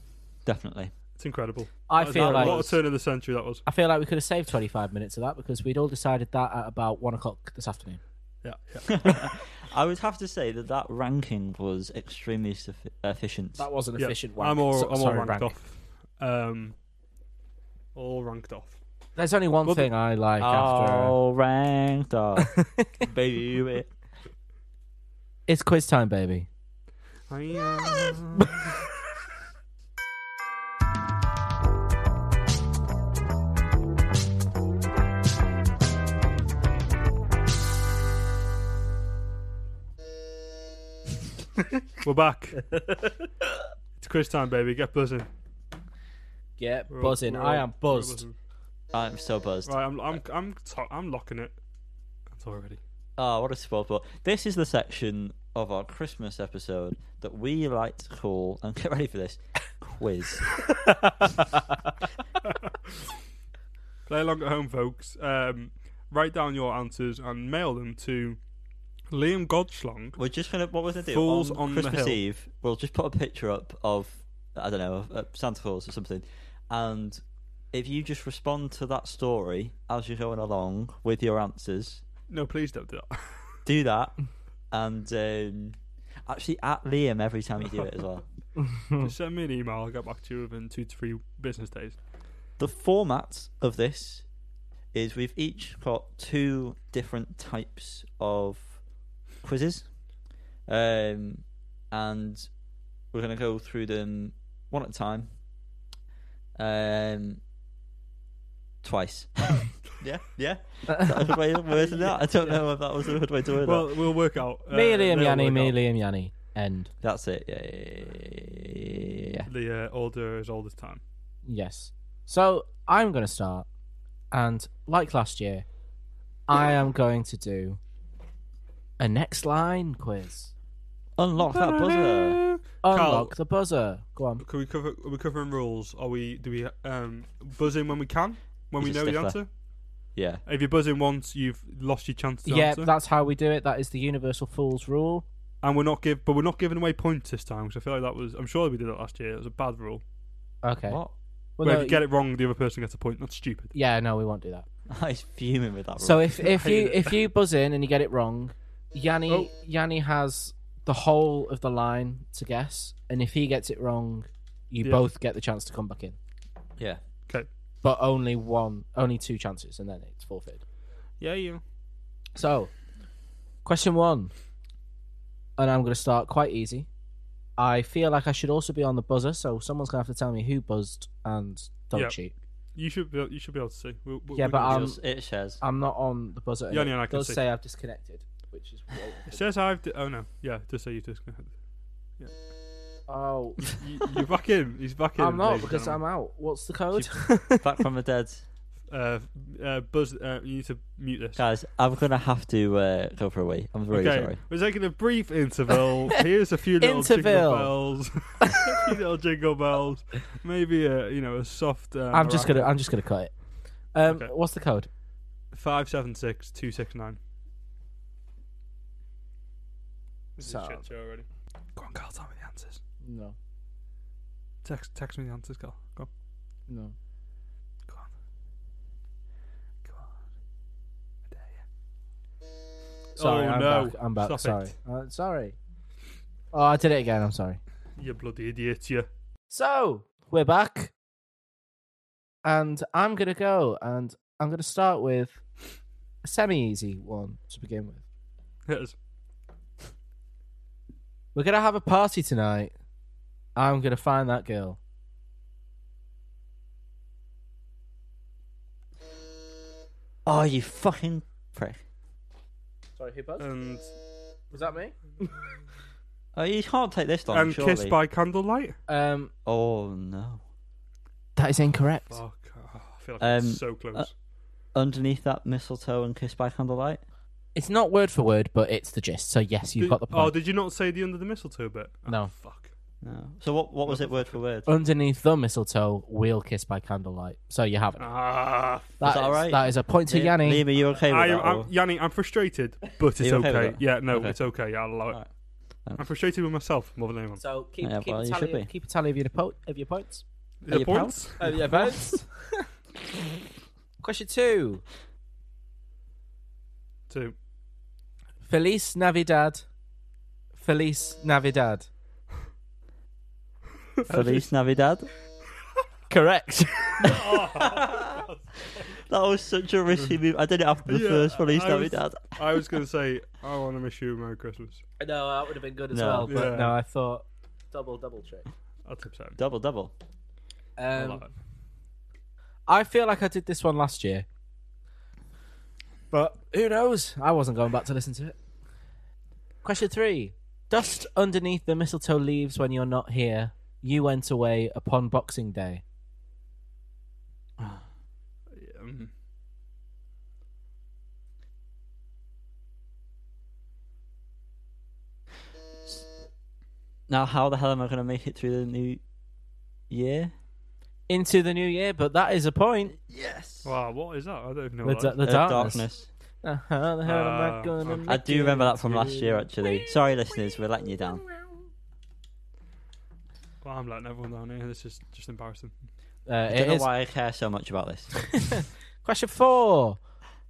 definitely.
It's incredible.
I
That was
feel
a lot
like
of turn of the century that was.
I feel like we could have saved 25 minutes of that because we'd all decided that at about one o'clock this afternoon.
Yeah, yeah.
I would have to say that that ranking was extremely suffi- efficient.
That was an
Yeah,
efficient one.
I'm all, I'm all ranked off. Um, all ranked off.
There's only one
Well, the-
thing I like after. uh,
All ranked up, baby.
It's quiz time, baby.
We're back. it's quiz time, baby. Get buzzing.
Get
We're all-
buzzing.
we're
I
all-
am
we're all
buzzed.
buzzing.
I'm so buzzed.
Right, I'm, I'm, I'm, to- I'm locking it. That's already.
Oh, what a spoiled sport. This is the section of our Christmas episode that we like to call, and get ready for this, quiz.
Play along at home, folks. Um, write down your answers and mail them to Liam Godschlong.
We're just gonna. What we're gonna do
Fools
on,
on the
Christmas
hill.
Eve? We'll just put a picture up of I don't know of, of Santa Claus or something, and if you just respond to that story as you're going along with your answers,
No, please don't do that.
do that, and um, actually at Liam every time you do it as well.
Just send me an email. I'll get back to you within two to three business days.
The format of this is we've each got two different types of quizzes, um, and we're going to go through them one at a time, um, twice. yeah, yeah. Is
Uh,
that a good way of wording that? I don't know if that was a good way to word
Well,
that.
we'll work out. Uh,
me, Liam
they'll
Yanni,
work
me,
out.
Liam Yanni. End.
That's it. Yeah, yeah, yeah, yeah, yeah.
The uh, older is oldest time.
Yes. So I'm going to start. And like last year, I am going to do a next line quiz.
Unlock that buzzer.
Unlock the buzzer. Go on.
Can we cover? Are we covering rules? Are we? Do we um, buzz in when we can? When
He's
we
a
know the
stickler.
answer?
Yeah.
If you buzz in once, you've lost your chance to
yeah,
answer.
that's how we do it. That is the universal fool's rule.
And we're not give, but we're not giving away points this time because I feel like that was. I'm sure we did that last year. It was a bad rule.
Okay.
What?
Well,
Where
no,
if you get it wrong, the other person gets a point. That's stupid.
Yeah, no, we won't do that.
I was fuming with that.
So
rule.
if if
hate
you
it.
if you buzz in and you get it wrong, Yanni
Oh.
Yanni has the whole of the line to guess, and if he gets it wrong, you
Yeah.
both get the chance to come back in.
yeah.
Okay.
But only one, only two chances, and then it's forfeited.
Yeah, you.
So, question one, and I'm going to start quite easy. I feel like I should also be on the buzzer, so someone's going to have to tell me who buzzed and don't
Yeah.
cheat.
You should. Be, you should be able to see. we we
Yeah,
we
but,
can-
um,
Yours- it shares.
I'm not on the buzzer. and
Yanni
it
and I can
does
see.
say I've disconnected, which is.
it says I've. Di- oh no. Yeah, just say you just.
Oh,
You, you're back in. He's back in.
I'm not
ladies and
because I'm
gentlemen.
out. What's the code?
Back from the dead.
Uh, uh, Buzz, uh, you need to mute this.
Guys, I'm going to have to uh, go for a wee. I'm really
okay,
sorry.
we're taking a brief interval. Here's a few little jingle
Interval.
bells, a few little jingle bells, maybe a you know a soft. Uh,
I'm just gonna I'm just gonna cut it. Um,
Okay.
what's the code?
five seven six two six nine. This is a
Sound.
shit show already. Go on, Carl. Tell me the answers.
No,
Text text me the answers, Carl. Go on.
no.
Go on. Go on. I dare you.
Sorry,
Oh,
I'm
no.
back. I'm back.
Stop
sorry.
it.
Uh, sorry. Oh, I did it again. I'm sorry.
You bloody idiot, you.
So we're back, and I'm gonna go, and I'm gonna start with a semi-easy one to begin with.
Yes.
We're gonna have a party tonight. I'm gonna find that girl.
Oh, you fucking prick.
Sorry, who buzzed?
And
Was that me?
Oh, you can't take this long,
and
surely.
kissed by candlelight.
Um,
Oh, no.
that is incorrect.
Fuck. Oh, I feel like it's
Um,
so close.
uh, Underneath that mistletoe and kiss by candlelight?
It's not word for word, but it's the gist. So yes, you've
Did-
got the
Oh,
point.
did you not say the under the mistletoe bit? Oh,
No.
Fuck.
No. So what, what was it word for word?
Underneath the mistletoe, we'll kiss by candlelight. So you have it.
Ah.
that all right?
That is a point to
Li-
Yanni.
Liam, are you okay with
I,
that?
am- I'm,
or-
Yanni, I'm frustrated, but
Are
it's
you okay with
okay.
that?
Yeah, no,
Okay.
it's okay. I'll allow it.
Alright. Thanks.
I'm frustrated with myself more than anyone.
So keep,
Yeah,
keep,
well,
a
you should
tally,
be.
keep a tally of your, po- of your points.
Is it
you
points?
Of your points. Question two.
Two.
Feliz Navidad. Feliz Navidad.
Feliz Navidad?
Correct.
That was such a risky move. I did it after the
Yeah,
first Feliz
I was-
Navidad.
I was going to say, I want to miss you. Merry Christmas.
no, that would have been good as
No.
well. But
Yeah.
no, I thought double, double trick.
That's upsetting.
Double, double.
I
Um,
like it.
I feel like I did this one last year. But who knows? I wasn't going back to listen to it. Question three Dust underneath the mistletoe leaves when you're not here. You went away upon Boxing Day.
Ah.
Um,
Now, how the hell am I going to make it through the new year?
Into the new year, but that is a point.
Yes.
wow, what is that? I don't even know.
The,
what
da-
that
the
Uh,
darkness. Uh, how the hell am I
Ah,
gonna
okay.
make
I do remember that from
it
last
to-
year, actually. Sorry, listeners, we're letting you down.
is. Well, I'm letting everyone down here. This is just embarrassing.
Uh,
I
it
don't know
is.
why I care so much about this.
Question four.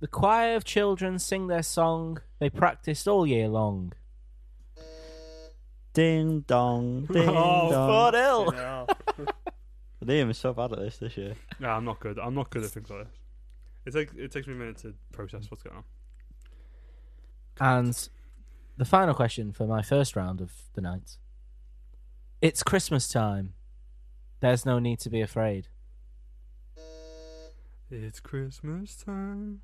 The choir of children sing their song they practiced all year long.
ding dong, ding
Oh,
dong.
ill.
Yeah.
Liam is so bad at this this year.
No, I'm not good. I'm not good at things like this. It takes it takes me a minute to process what's going on.
And the final question for my first round of the night. It's Christmas time. There's no need to be afraid.
It's Christmas time.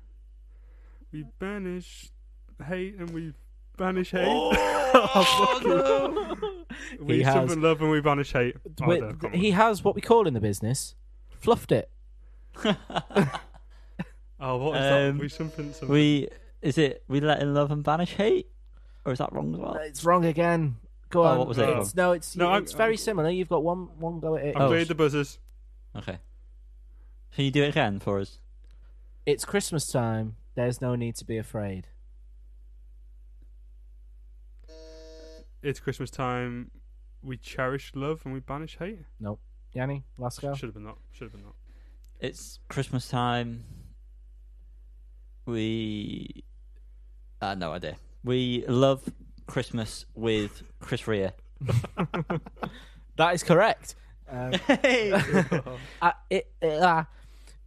We banish hate and we banish hate.
Oh!
He
Oh, we
has-
summon love and we banish hate. Oh,
Wait,
no, come on.
he has what we call in the business fluffed it.
oh what is that?
Um,
We something something.
we is it we let in love and banish hate, or is that wrong as well?
It's wrong again. Go
Oh,
on.
what was
it?
It's, no, it's
No, I'm-
it's very
I'm-
similar. You've got one one go at it.
I'm
Oh.
doing the buzzers.
Okay. Can you do it again for us?
It's Christmas time. There's no need to be afraid.
It's Christmas time. We cherish love and we banish hate.
Nope. Yanni, last go.
Should have been that. Should have been that.
It's Christmas time. We, uh, no idea. We love Christmas with Chris Rea.
That is correct. Um,
Hey.
uh, it, it, uh,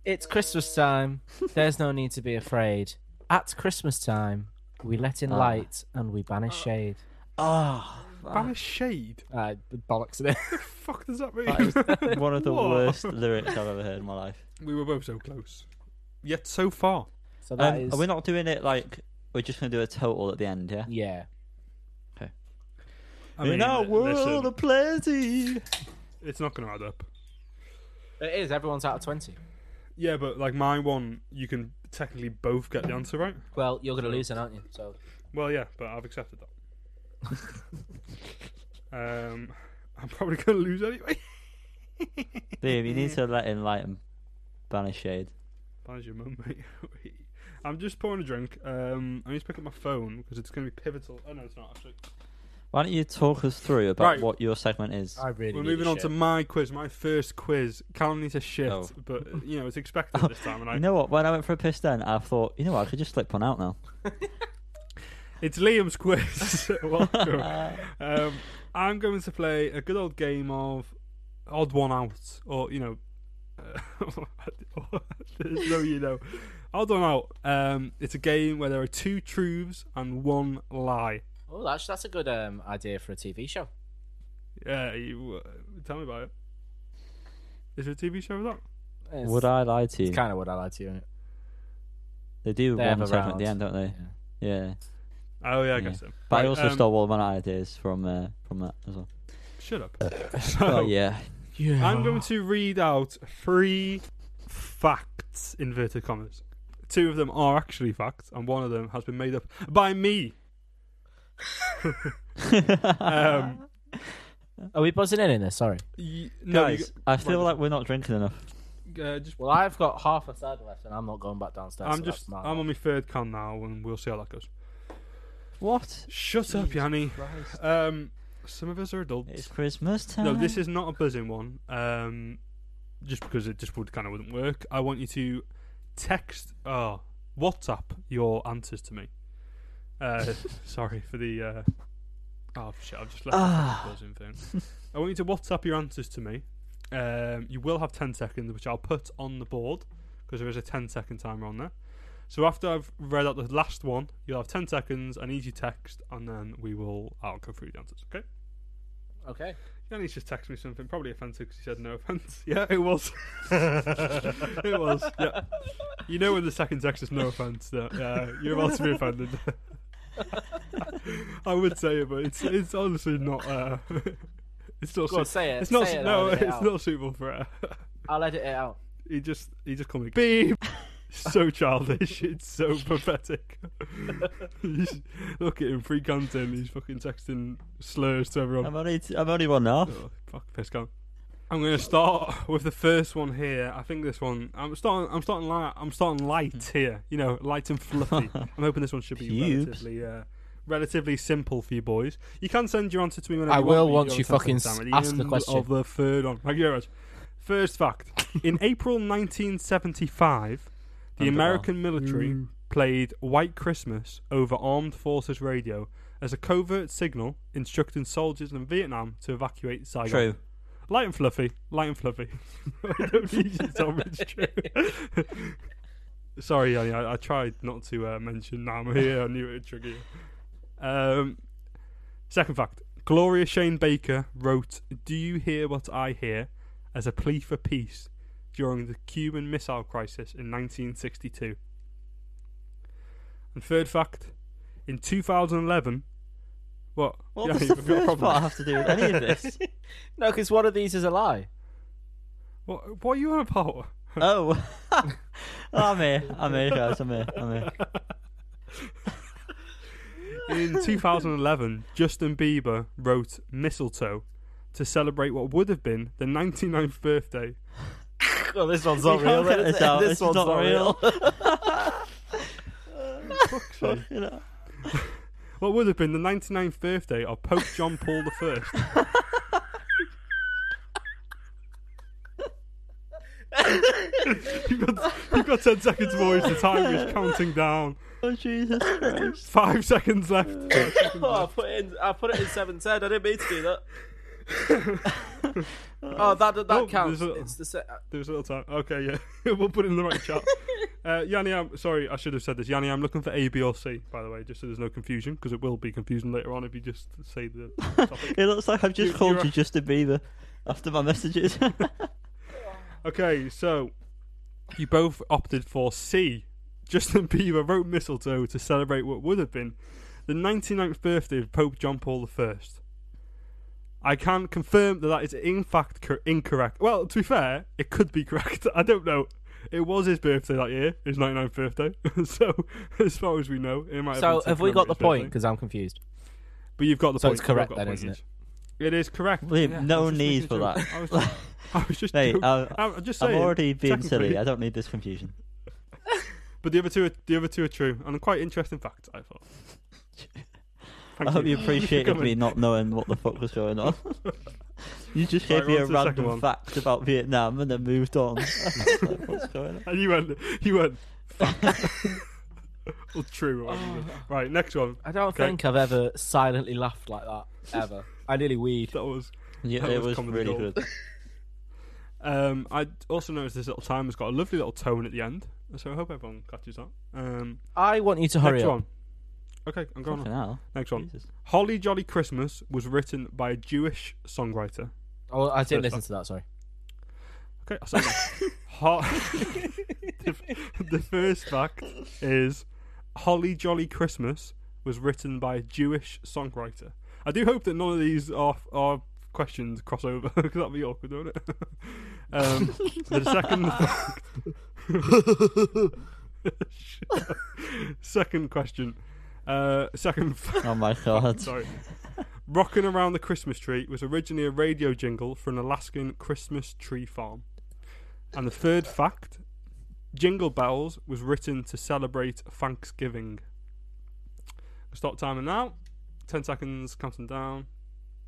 it's Christmas time. There's no need to be afraid. At Christmas time, we let in
Ah.
light and we banish shade.
oh,
Banish shade.
Uh, bollocks in it.
The fuck does that mean?
That is one of the
What?
worst lyrics I've ever heard in my life.
We were both so close, yet so far.
So that
Um,
is
Are we not doing it like we're just going to do a total at the end? Yeah.
yeah.
I mean,
In our
li-
world
listen,
of plenty.
it's not going to add up.
It is. Everyone's out of 20.
Yeah, but like my one, you can technically both get the answer right.
Well, you're going to lose then, aren't you? So
Well, yeah, but I've accepted that. um, I'm probably going to lose anyway.
Liam, you need to let in light and banish shade.
That's your mum, mate. I'm just pouring a drink. Um, I need to pick up my phone because it's going to be pivotal. Oh no, it's not actually.
Why don't you talk us through about
Right.
what your segment is?
I really.
We're
need
moving
a
on to
shit.
my quiz, my first quiz. Callum needs a shit,
Oh.
but uh, you know it's expected this time. And I,
You know what? When I went for a piss, then I thought, you know what? I could just slip one out now.
It's Liam's quiz. Welcome. um, I'm going to play a good old game of odd one out, or you know, uh, there's no you know, odd one out. Um, it's a game where there are two truths and one lie.
Oh, that's that's a good um, idea for a TV show.
Yeah, you, uh, tell me about it. Is there a TV show of that?
It's,
Would I lie to you?
It's kind of what I like to. Isn't it?
They do
They have
one
a
segment at the end,
round.
don't they? Yeah.
Oh yeah, I
Yeah.
guess so.
But
Right,
I also
um,
stole all of my ideas from uh, from that as well.
Shut up.
Oh,
So,
yeah.
Yeah.
I'm going to read out three facts, inverted commas. Two of them are actually facts, and one of them has been made up by me. Um,
Are we buzzing in in this? Sorry.
y- no, you
Guys, I feel
right.
like we're not drinking enough.
g- uh, just,
Well, I've got half a third left, and I'm not going back downstairs.
I'm
so
just,
that's mine.
I'm on my third con now, and we'll see how that goes.
What?
Shut up, Yanni. Um, some of us are
It's
adults.
Christmas time.
No, this is not a buzzing one. Um, just because it just would kind of wouldn't work. I want you to text, uh, WhatsApp your answers to me. Uh, sorry for the. Uh, oh shit! I've just left
Ah.
the buzzing thing. I want you to WhatsApp your answers to me. Um, you will have ten seconds, which I'll put on the board because there is a 10 second timer on there. So after I've read out the last one, you'll have ten seconds. I need you text, and then we will. I'll go through the answers. Okay.
Okay.
And he's just texted me something, probably offensive because he said no offense. Yeah, it was. it was. Yeah. You know when the second text is no offense, that yeah, you're about to be offended. I would say it, but it's it's honestly not. Uh, it's not.
Go on,
suit-
say it.
it's not.
say it,
no,
I'll edit it
it's
out.
not suitable for. Uh,
I'll edit it out.
he just he just called me beep. so childish. It's so pathetic. He's- Look at him, free content. He's fucking texting slurs to everyone.
I'm only, t- I'm only one now.
Oh, fuck, piss go. I'm going to start with the first one here. I think this one. I'm starting. I'm starting light. I'm starting light here. You know, light and fluffy. I'm hoping this one should be
Pubes.
relatively, uh, relatively simple for you boys. You can send your answer to me whenever
I
you
will
want, but
once
got
you
to send
fucking
it down at
s- ask the
end
question.
of the third one. Thank you very much. First fact: In April 1975, the
Underbar.
American military played White Christmas over Armed Forces radio as a covert signal instructing soldiers in Vietnam to evacuate Saigon.
True.
Light and fluffy. Light and fluffy. I don't need you to tell me it's true. Sorry, Yanni, I, I tried not to uh, mention Nam here. I knew it would trigger you. Um, second fact. Gloria Shane Baker wrote, Do you hear what I hear? as a plea for peace during the Cuban Missile Crisis in 1962. And third fact. In 2011... What?
What
Yanni,
does the
we've got a
first
problem.
part have to do with any of this?
No, because one of these is a lie.
What, what are you on about?
oh. I'm here. I'm here, guys. I'm here. I'm here.
In 2011, Justin Bieber wrote Mistletoe to celebrate what would have been the 99th birthday.
Well, this one's
You can't cut this out. This is not real. You know?
What would have been the 99th birthday of Pope John Paul I. you've, got, you've got 10 seconds, boys. The timer is counting down.
Oh, Jesus Christ.
Five seconds left. Five seconds
Oh, I
left.
put it in. I put it in seven ten. I didn't mean to do that. oh, that that,
Oh,
counts.
there's a-
It's the se-
There was a little time. Okay, yeah. we'll put it in the right chat. Uh, Yanni, I'm sorry, I should have said this. Yanni, I'm looking for A, B, or C, by the way, just so there's no confusion, because it will be confusing later on if you just say the topic.
It looks like I've just
You-
called
you're
you Justin Bieber after my messages.
Okay, so you both opted for C. Justin Bieber wrote mistletoe to celebrate what would have been the 99th birthday of Pope John Paul I. I can confirm that that is in fact cor- incorrect. Well, to be fair, it could be correct. I don't know. It was his birthday that year, his 99th birthday. so, as far as we know, it might.
So
have been to
have we got the
commemorate his
point?
birthday.
Because I'm confused.
But you've got the
So
point.
it's correct
I've got
then,
a
isn't
point each. It is correct.
Liam,
Yeah, I
no
was just
need
making
for
a
that.
joke. I was, I was just.
Mate,
joking.
I,
I'm just
I'm
saying.
already being
technically-
silly. I don't need this confusion.
But the other two, are, the other two are true, and a quite interesting fact. I thought. Thank
I hope you appreciated
Come
me
on.
not knowing what the fuck was going on. you just gave
Right,
me
on
a
to the second
random
one.
fact about Vietnam and then moved on. I was like, What's going on?
And you went, you went. well, true. or
Oh.
whatever. Right, next one.
I don't
Okay.
think I've ever silently laughed like that ever. I nearly weed.
That was.
Yeah,
That
it
was
was
comedy
really
gold.
good.
Um, I also noticed this little time has got a lovely little tone at the end, so I hope everyone catches that. Um,
I want you to hurry
next
up.
one. Okay, I'm going on.
For now,
Next one.
Jesus.
Holly Jolly Christmas was written by a Jewish songwriter.
Oh, I didn't
First
listen to
one.
that. Sorry.
Okay, I'll say that. Ho- the, the first fact is Holly Jolly Christmas was written by a Jewish songwriter. I do hope that none of these are, are questions cross over, because that'd be awkward, wouldn't it? um, the second fact. second question. Uh, second fact.
Oh my god.
Sorry. Rockin' Around the Christmas Tree was originally a radio jingle for an Alaskan Christmas tree farm. And the third fact Jingle Bells was written to celebrate Thanksgiving. Stop timing now. 10 seconds, counting down.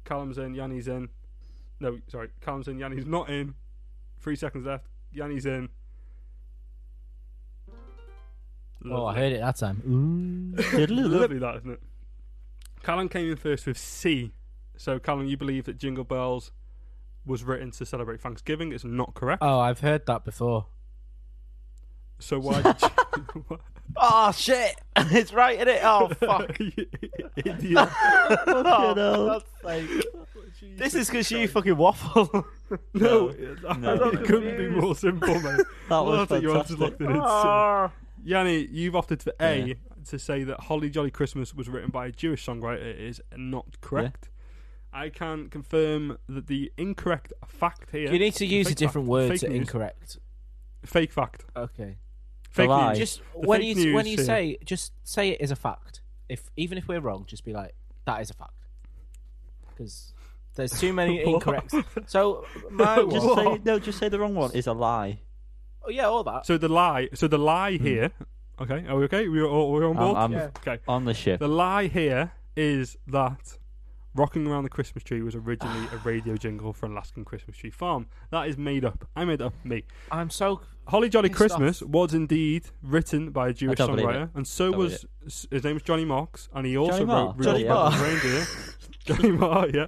Callum's in, Yanni's in. No, sorry, Callum's in, Yanni's not in. Three seconds left. Yanni's in.
Oh, I
Lovely.
heard it that time. Ooh.
Lovely that, isn't it? Callum came in first with C. So, Callum, you believe that Jingle Bells was written to celebrate Thanksgiving? It's not correct.
Oh, I've heard that before.
so why? Did you...
oh shit! it's right in it. Oh
You Idiot!
This is because you fucking waffle.
no,
No,
it
no.
couldn't be more simple, mate.
That
well,
was
I think you answered like
fantastic.
uh,
that.
Ah.
It's- Yanni, you've opted for A
Yeah.
to say that Holly Jolly Christmas was written by a Jewish songwriter It is not correct. I can confirm that the incorrect fact here.
You need to use a
Fake
different
fact.
word
Fake
to
news.
incorrect.
Fake fact.
Okay.
Fake
lie.
news.
Just
The
when
fake
you when
news
you
here.
say just say it is a fact. If even if we're wrong, just be like that is a fact. Because there's too many
What?
incorrect. So my one-
Just
Just say
What?
no. Just say the wrong one is a lie.
oh, yeah, all that.
So the lie. So the lie here. Okay. Are we okay? We're all we're on
Hmm. I'm-
board.
I'm-
Yeah.
Okay.
On the ship.
The lie here is that "Rocking Around the Christmas Tree" was originally a radio jingle for an Alaskan Christmas tree farm. That is made up. I made up. Me.
I'm so
Holly Jolly
Pissed
Christmas was indeed written by a Jewish
don't believe
songwriter, and so
Don't
was s- his name was Johnny Marks, and he also
Marr?
wrote
Johnny
Rudolph the Red-Nosed Reindeer. Johnny Marr, yeah.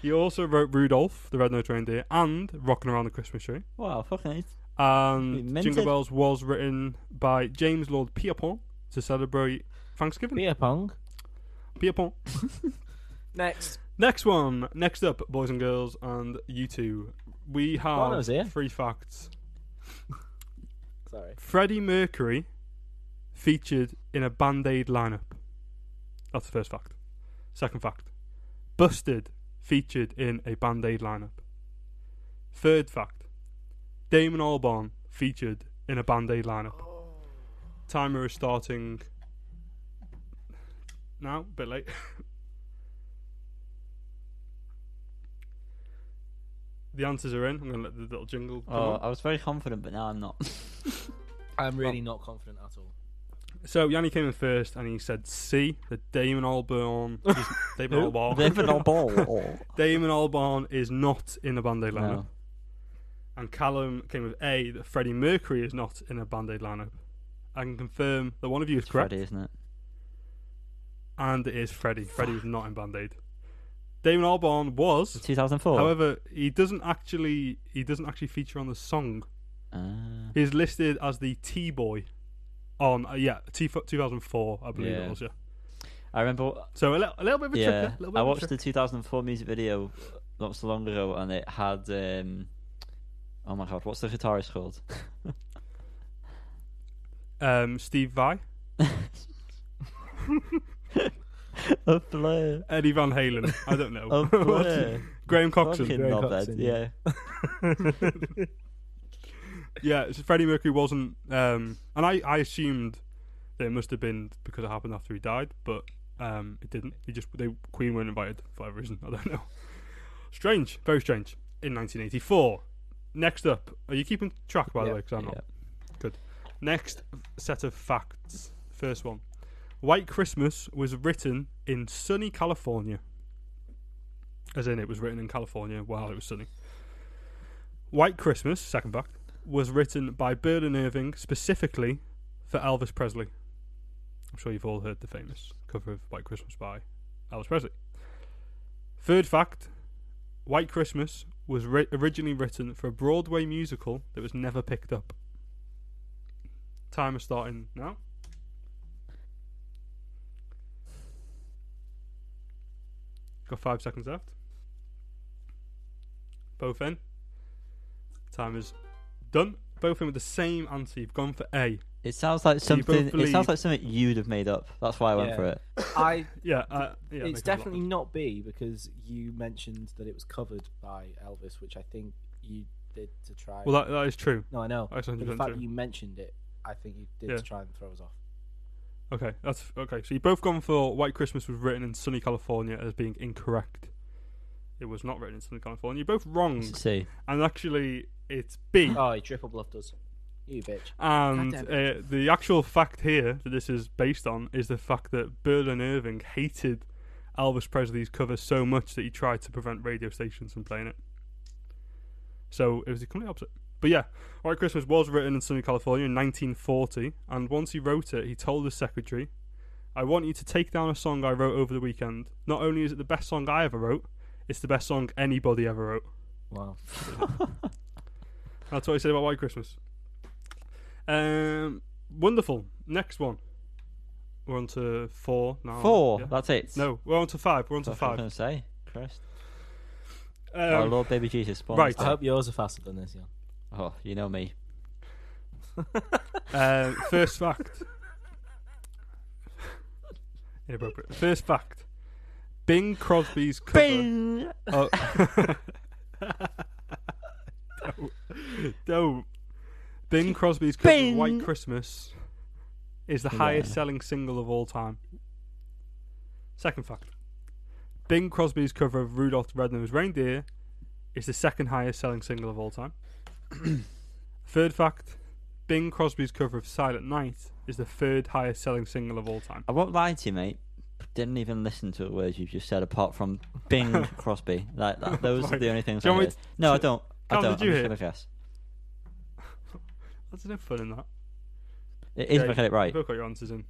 He also wrote Rudolph the Red-Nosed Reindeer and "Rocking Around the Christmas Tree."
Wow, fucking. We
And
meant
Jingle
it.
Bells was written by James Lord Pierpont to celebrate Thanksgiving.
beer pong.
Pierpont.
Next,
Next one. Next up, boys and girls, and you two. We have
Bono's here.
three facts.
sorry.
Freddie Mercury featured in a Band Aid lineup. That's the first fact. Second fact. Busted featured in a Band Aid lineup. Third fact. Damon Albarn featured in a Band Aid lineup. Timer is starting now, bit late. the answers are in. I'm going to let the little jingle come
Oh,
on.
I was very confident, but now I'm not.
I'm really not confident at all.
So Yanni came in first, and he said C. The Damon Albarn, is, Damon
Who?
Albarn,
Living on ball.
Damon Albarn is not in a Band Aid lineup,
No.
and Callum came with A. That Freddie Mercury is not in a Band Aid lineup. I can confirm that one of you is
It's
correct,
Friday, isn't it?
and it is Freddie. Freddie was not in Band Aid. Damon Albarn was,
2004.
however, he doesn't actually he doesn't actually feature on the song.
Ah.
He's listed as the T boy on uh, yeah T two thousand four, I believe
Yeah.
it was yeah.
I remember.
So a, li- a little bit of a trick,
Yeah,
there, a little bit
I
of a
watched
trick.
the 2004 music video not so long ago, and it had. um Oh my god, what's the guitarist called?
um, Steve Vai.
A blur.
Eddie Van Halen. I don't know.
A blur.
Graham Coxon.
Oh, Fucking
Graham
knobhead.
Coxon,
Yeah.
yeah, so Freddie Mercury wasn't, um, and I, I assumed that it must have been because it happened after he died, but um, it didn't. He just they Queen weren't invited for whatever reason. I don't know. Strange, very strange. In 1984, next up, are you keeping track by the
Yeah,
way? Because I'm not good. Next set of facts. First one: White Christmas was written in sunny California. As in, it was written in California while it was sunny. White Christmas, second fact, was written by Berlin Irving specifically for Elvis Presley. I'm sure you've all heard the famous cover of White Christmas by Elvis Presley. Third fact White Christmas was ri- originally written for a Broadway musical that was never picked up. Timer starting now. Got five seconds left. Both in. Time is done. Both in with the same answer. You've gone for A.
It sounds like
So you both
something. It
believe-
sounds like something you'd have made up. That's why I went
Yeah.
for it.
I
Yeah, uh,
it's
yeah. make up a lot.
definitely not B because you mentioned that it was covered by Elvis, which I think you did to try.
Well, that, that is true.
no, I know.
That's
But
100
the
percent
fact
true.
that you mentioned it, I think you did
Yeah.
to try and throw us off.
Okay, that's okay. So you both gone for White Christmas was written in sunny California as being incorrect. It was not written in sunny California. You're both wrong,
Let's see.
and actually, it's B.
Oh, he triple bluffed us. You bitch.
And
God
uh, the actual fact here that this is based on is the fact that Berlin Irving hated Elvis Presley's cover so much that he tried to prevent radio stations from playing it. So it was the complete opposite. But yeah, White Christmas was written in sunny California in 1940, and once he wrote it, he told his secretary, I want you to take down a song I wrote over the weekend. Not only is it the best song I ever wrote, it's the best song anybody ever wrote.
Wow.
That's what I said about White Christmas. Um, wonderful. Next one. We're on to four now.
Four.
Oh, Yeah.
That's it.
No, we're on to five. We're on to
That's what I was
five.
gonna say. Christ. oh
Um,
Lord, baby Jesus. spawn
right.
I
us.
hope yours are faster than this, yeah.
Oh, you know me.
uh, first fact. Inappropriate. First fact. Bing Crosby's cover.
Bing.
Oh. Dope. Oh, Bing Crosby's cover of
Bing.
White Christmas is the
Yeah.
highest selling single of all time. Second fact. Bing Crosby's cover of Rudolph the Red-Nosed Reindeer is the second highest selling single of all time. Third fact. Bing Crosby's cover of Silent Night is the third highest selling single of all time.
I won't lie to you, mate. Didn't even listen to the words you've just said, apart from Bing Crosby. Like that, those are
Right.
the only things.
Oh Do you
I
want me
heard. No, I don't. I
Cam,
don't.
did you
I'm
hear?
just gonna guess.
That's no fun in that.
It is
Yeah,
if I get it right.
You've both got your answers in.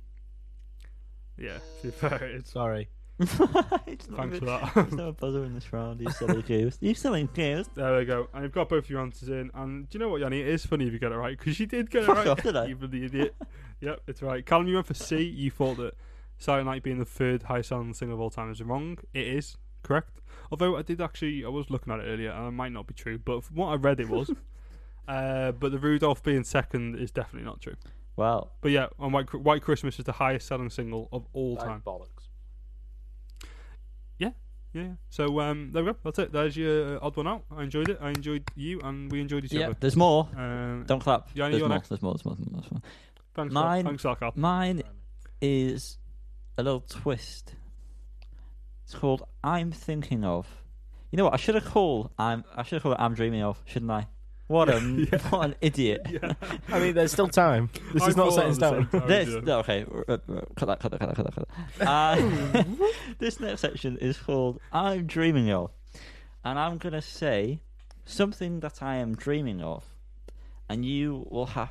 Yeah, to be fair, it's
Sorry.
It's not
Thanks
even-
for
There's
that.
no buzzer in this round. You silly goose. You silly goose.
there we go. And you've got both your answers in. And do you know what, Yanni? It is funny if you get it right because you did get it
Fuck
right.
off, did I?
You bloody idiot. yep, it's right. Callum, you went for C. You thought that Silent Night being the third highest selling single of all time is wrong. It is correct. Although I did actually, I was looking at it earlier, and it might not be true, but from what I read, it was. uh, but the Rudolph being second is definitely not true.
Well,
But yeah, and White, White Christmas is the highest selling single of all
That
time.
bollocks.
Yeah. yeah. So um, there we go. That's it. There's your uh, odd one out. I enjoyed it. I enjoyed you, and we enjoyed each
yeah. There's more.
other. Um,
Don't clap.
Yeah,
there's,
you're
more.
next.
there's more. There's more. There's more. There's more.
thanks,
mine-
Al. thanks, Al. Cal.
Mine is a little twist. It's called "I'm Thinking of." You know what? I should have called "I'm." I should have called it "I'm Dreaming of," shouldn't I? What a what an idiot.
I mean, there's still time. This
I
is not
thought
set in
at the same
stone.
time,
This
yeah.
no, okay, r- r- r- cut that, cut that, cut that, cut that, cut that. Uh, this next section is called "I'm Dreaming of," and I'm gonna say something that I am dreaming of, and you will have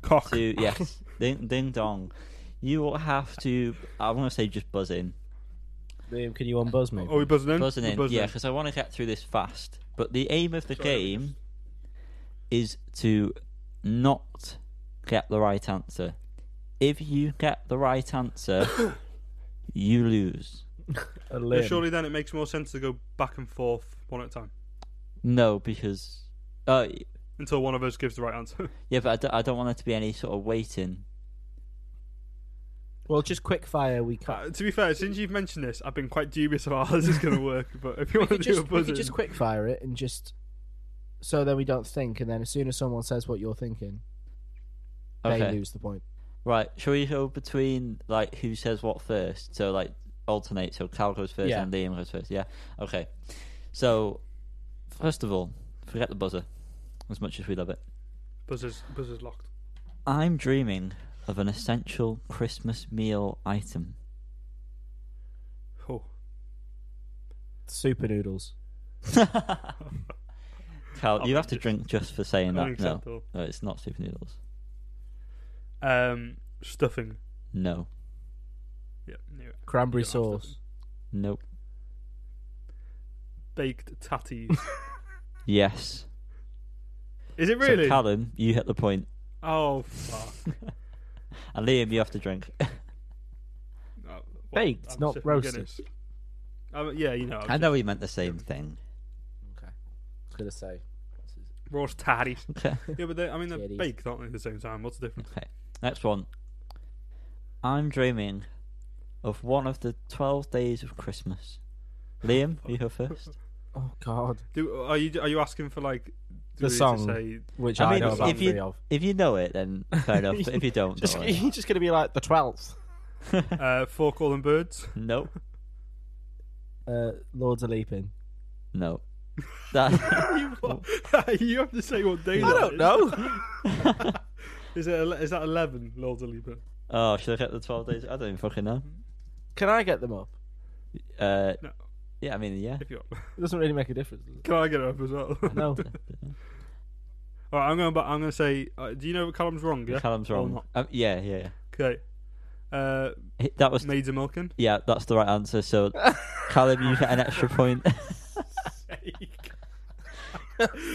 Cock.
to yes, ding ding dong, you will have to. I want to say just buzz in,
Liam, can you unbuzz me?
Are we buzzing in?
buzzing
We're
in, yeah, because I want to get through this fast. But the aim of the
Sorry,
game is to not get the right answer. If you get the right answer, you lose.
Uh,
But
Liam.
surely then it makes more sense to go back and forth one at a time
No, because uh,
until one of us gives the right answer.
yeah, but I, d- I don't want there to be any sort of waiting.
Well, just quick fire. We can't.
Uh, to be fair, since you've mentioned this, I've been quite dubious about how this is going to work. But if you
we
want to
could
do a
just, we
buzzer,
could just quick fire it and just so then we don't think, and then as soon as someone says what you're thinking, they
Okay.
lose the point.
Right. Shall we go between like who says what first? So like alternate. So Cal goes first
Yeah.
and Liam goes first. Yeah. Okay. So first of all, forget the buzzer. As much as we love it,
buzzers, buzzers locked.
I'm dreaming of an essential Christmas meal item.
Oh,
Super noodles.
Cal, you have to
Outrageous.
drink just for saying that. No,
Oh, unacceptable.
no, it's not super noodles.
Um, stuffing.
No,
Yeah, knew it.
Cranberry
You don't have
sauce.
stuffing.
nope.
Baked tatties.
Yes.
is it
So,
really?
Callum, you hit the point,
oh, fuck.
and Liam, you have to drink.
No, Uh, well,
Baked,
I'm
not
sipping
roasted.
Guinness. Um, yeah, you know.
I know we meant the same thing.
I was gonna say.
Roast tatties.
Okay.
Yeah, but they, I mean, they're
Tatties.
baked, aren't they, at the same time? What's the difference?
Okay. Next one. I'm dreaming of one of the twelve days of Christmas. Liam, you go first.
Oh God.
Do, are you are you asking for, like,
The
do we need to
song.
Say,
Which
I
I,
mean,
know
if-
about
if
three
you-
of.
If you know it, then fair enough. But if you don't,
Just,
don't worry.
you're just gonna be like the twelfth.
uh, Four Calling Birds?
nope.
Uh, Lords of Leaping.
No. That,
you, you have to say what day
I
that
don't
is.
know.
Is it ele- is that eleven, Lord Leaper?
oh, should I get the twelve days? I don't even fucking know.
Can I get them up?
Uh,
No.
Yeah, I mean, yeah.
If you want.
It doesn't really make a difference. Does it?
can I get it up as well?
No.
All right, I'm going. Back, I'm going to say. Uh, do you know what Callum's wrong? Yeah.
Callum's
Or
wrong.
not.
Um, yeah, yeah,
Okay. Uh,
yeah. That was
maids are milking.
yeah. That's the right answer. So, Callum, you get an extra point.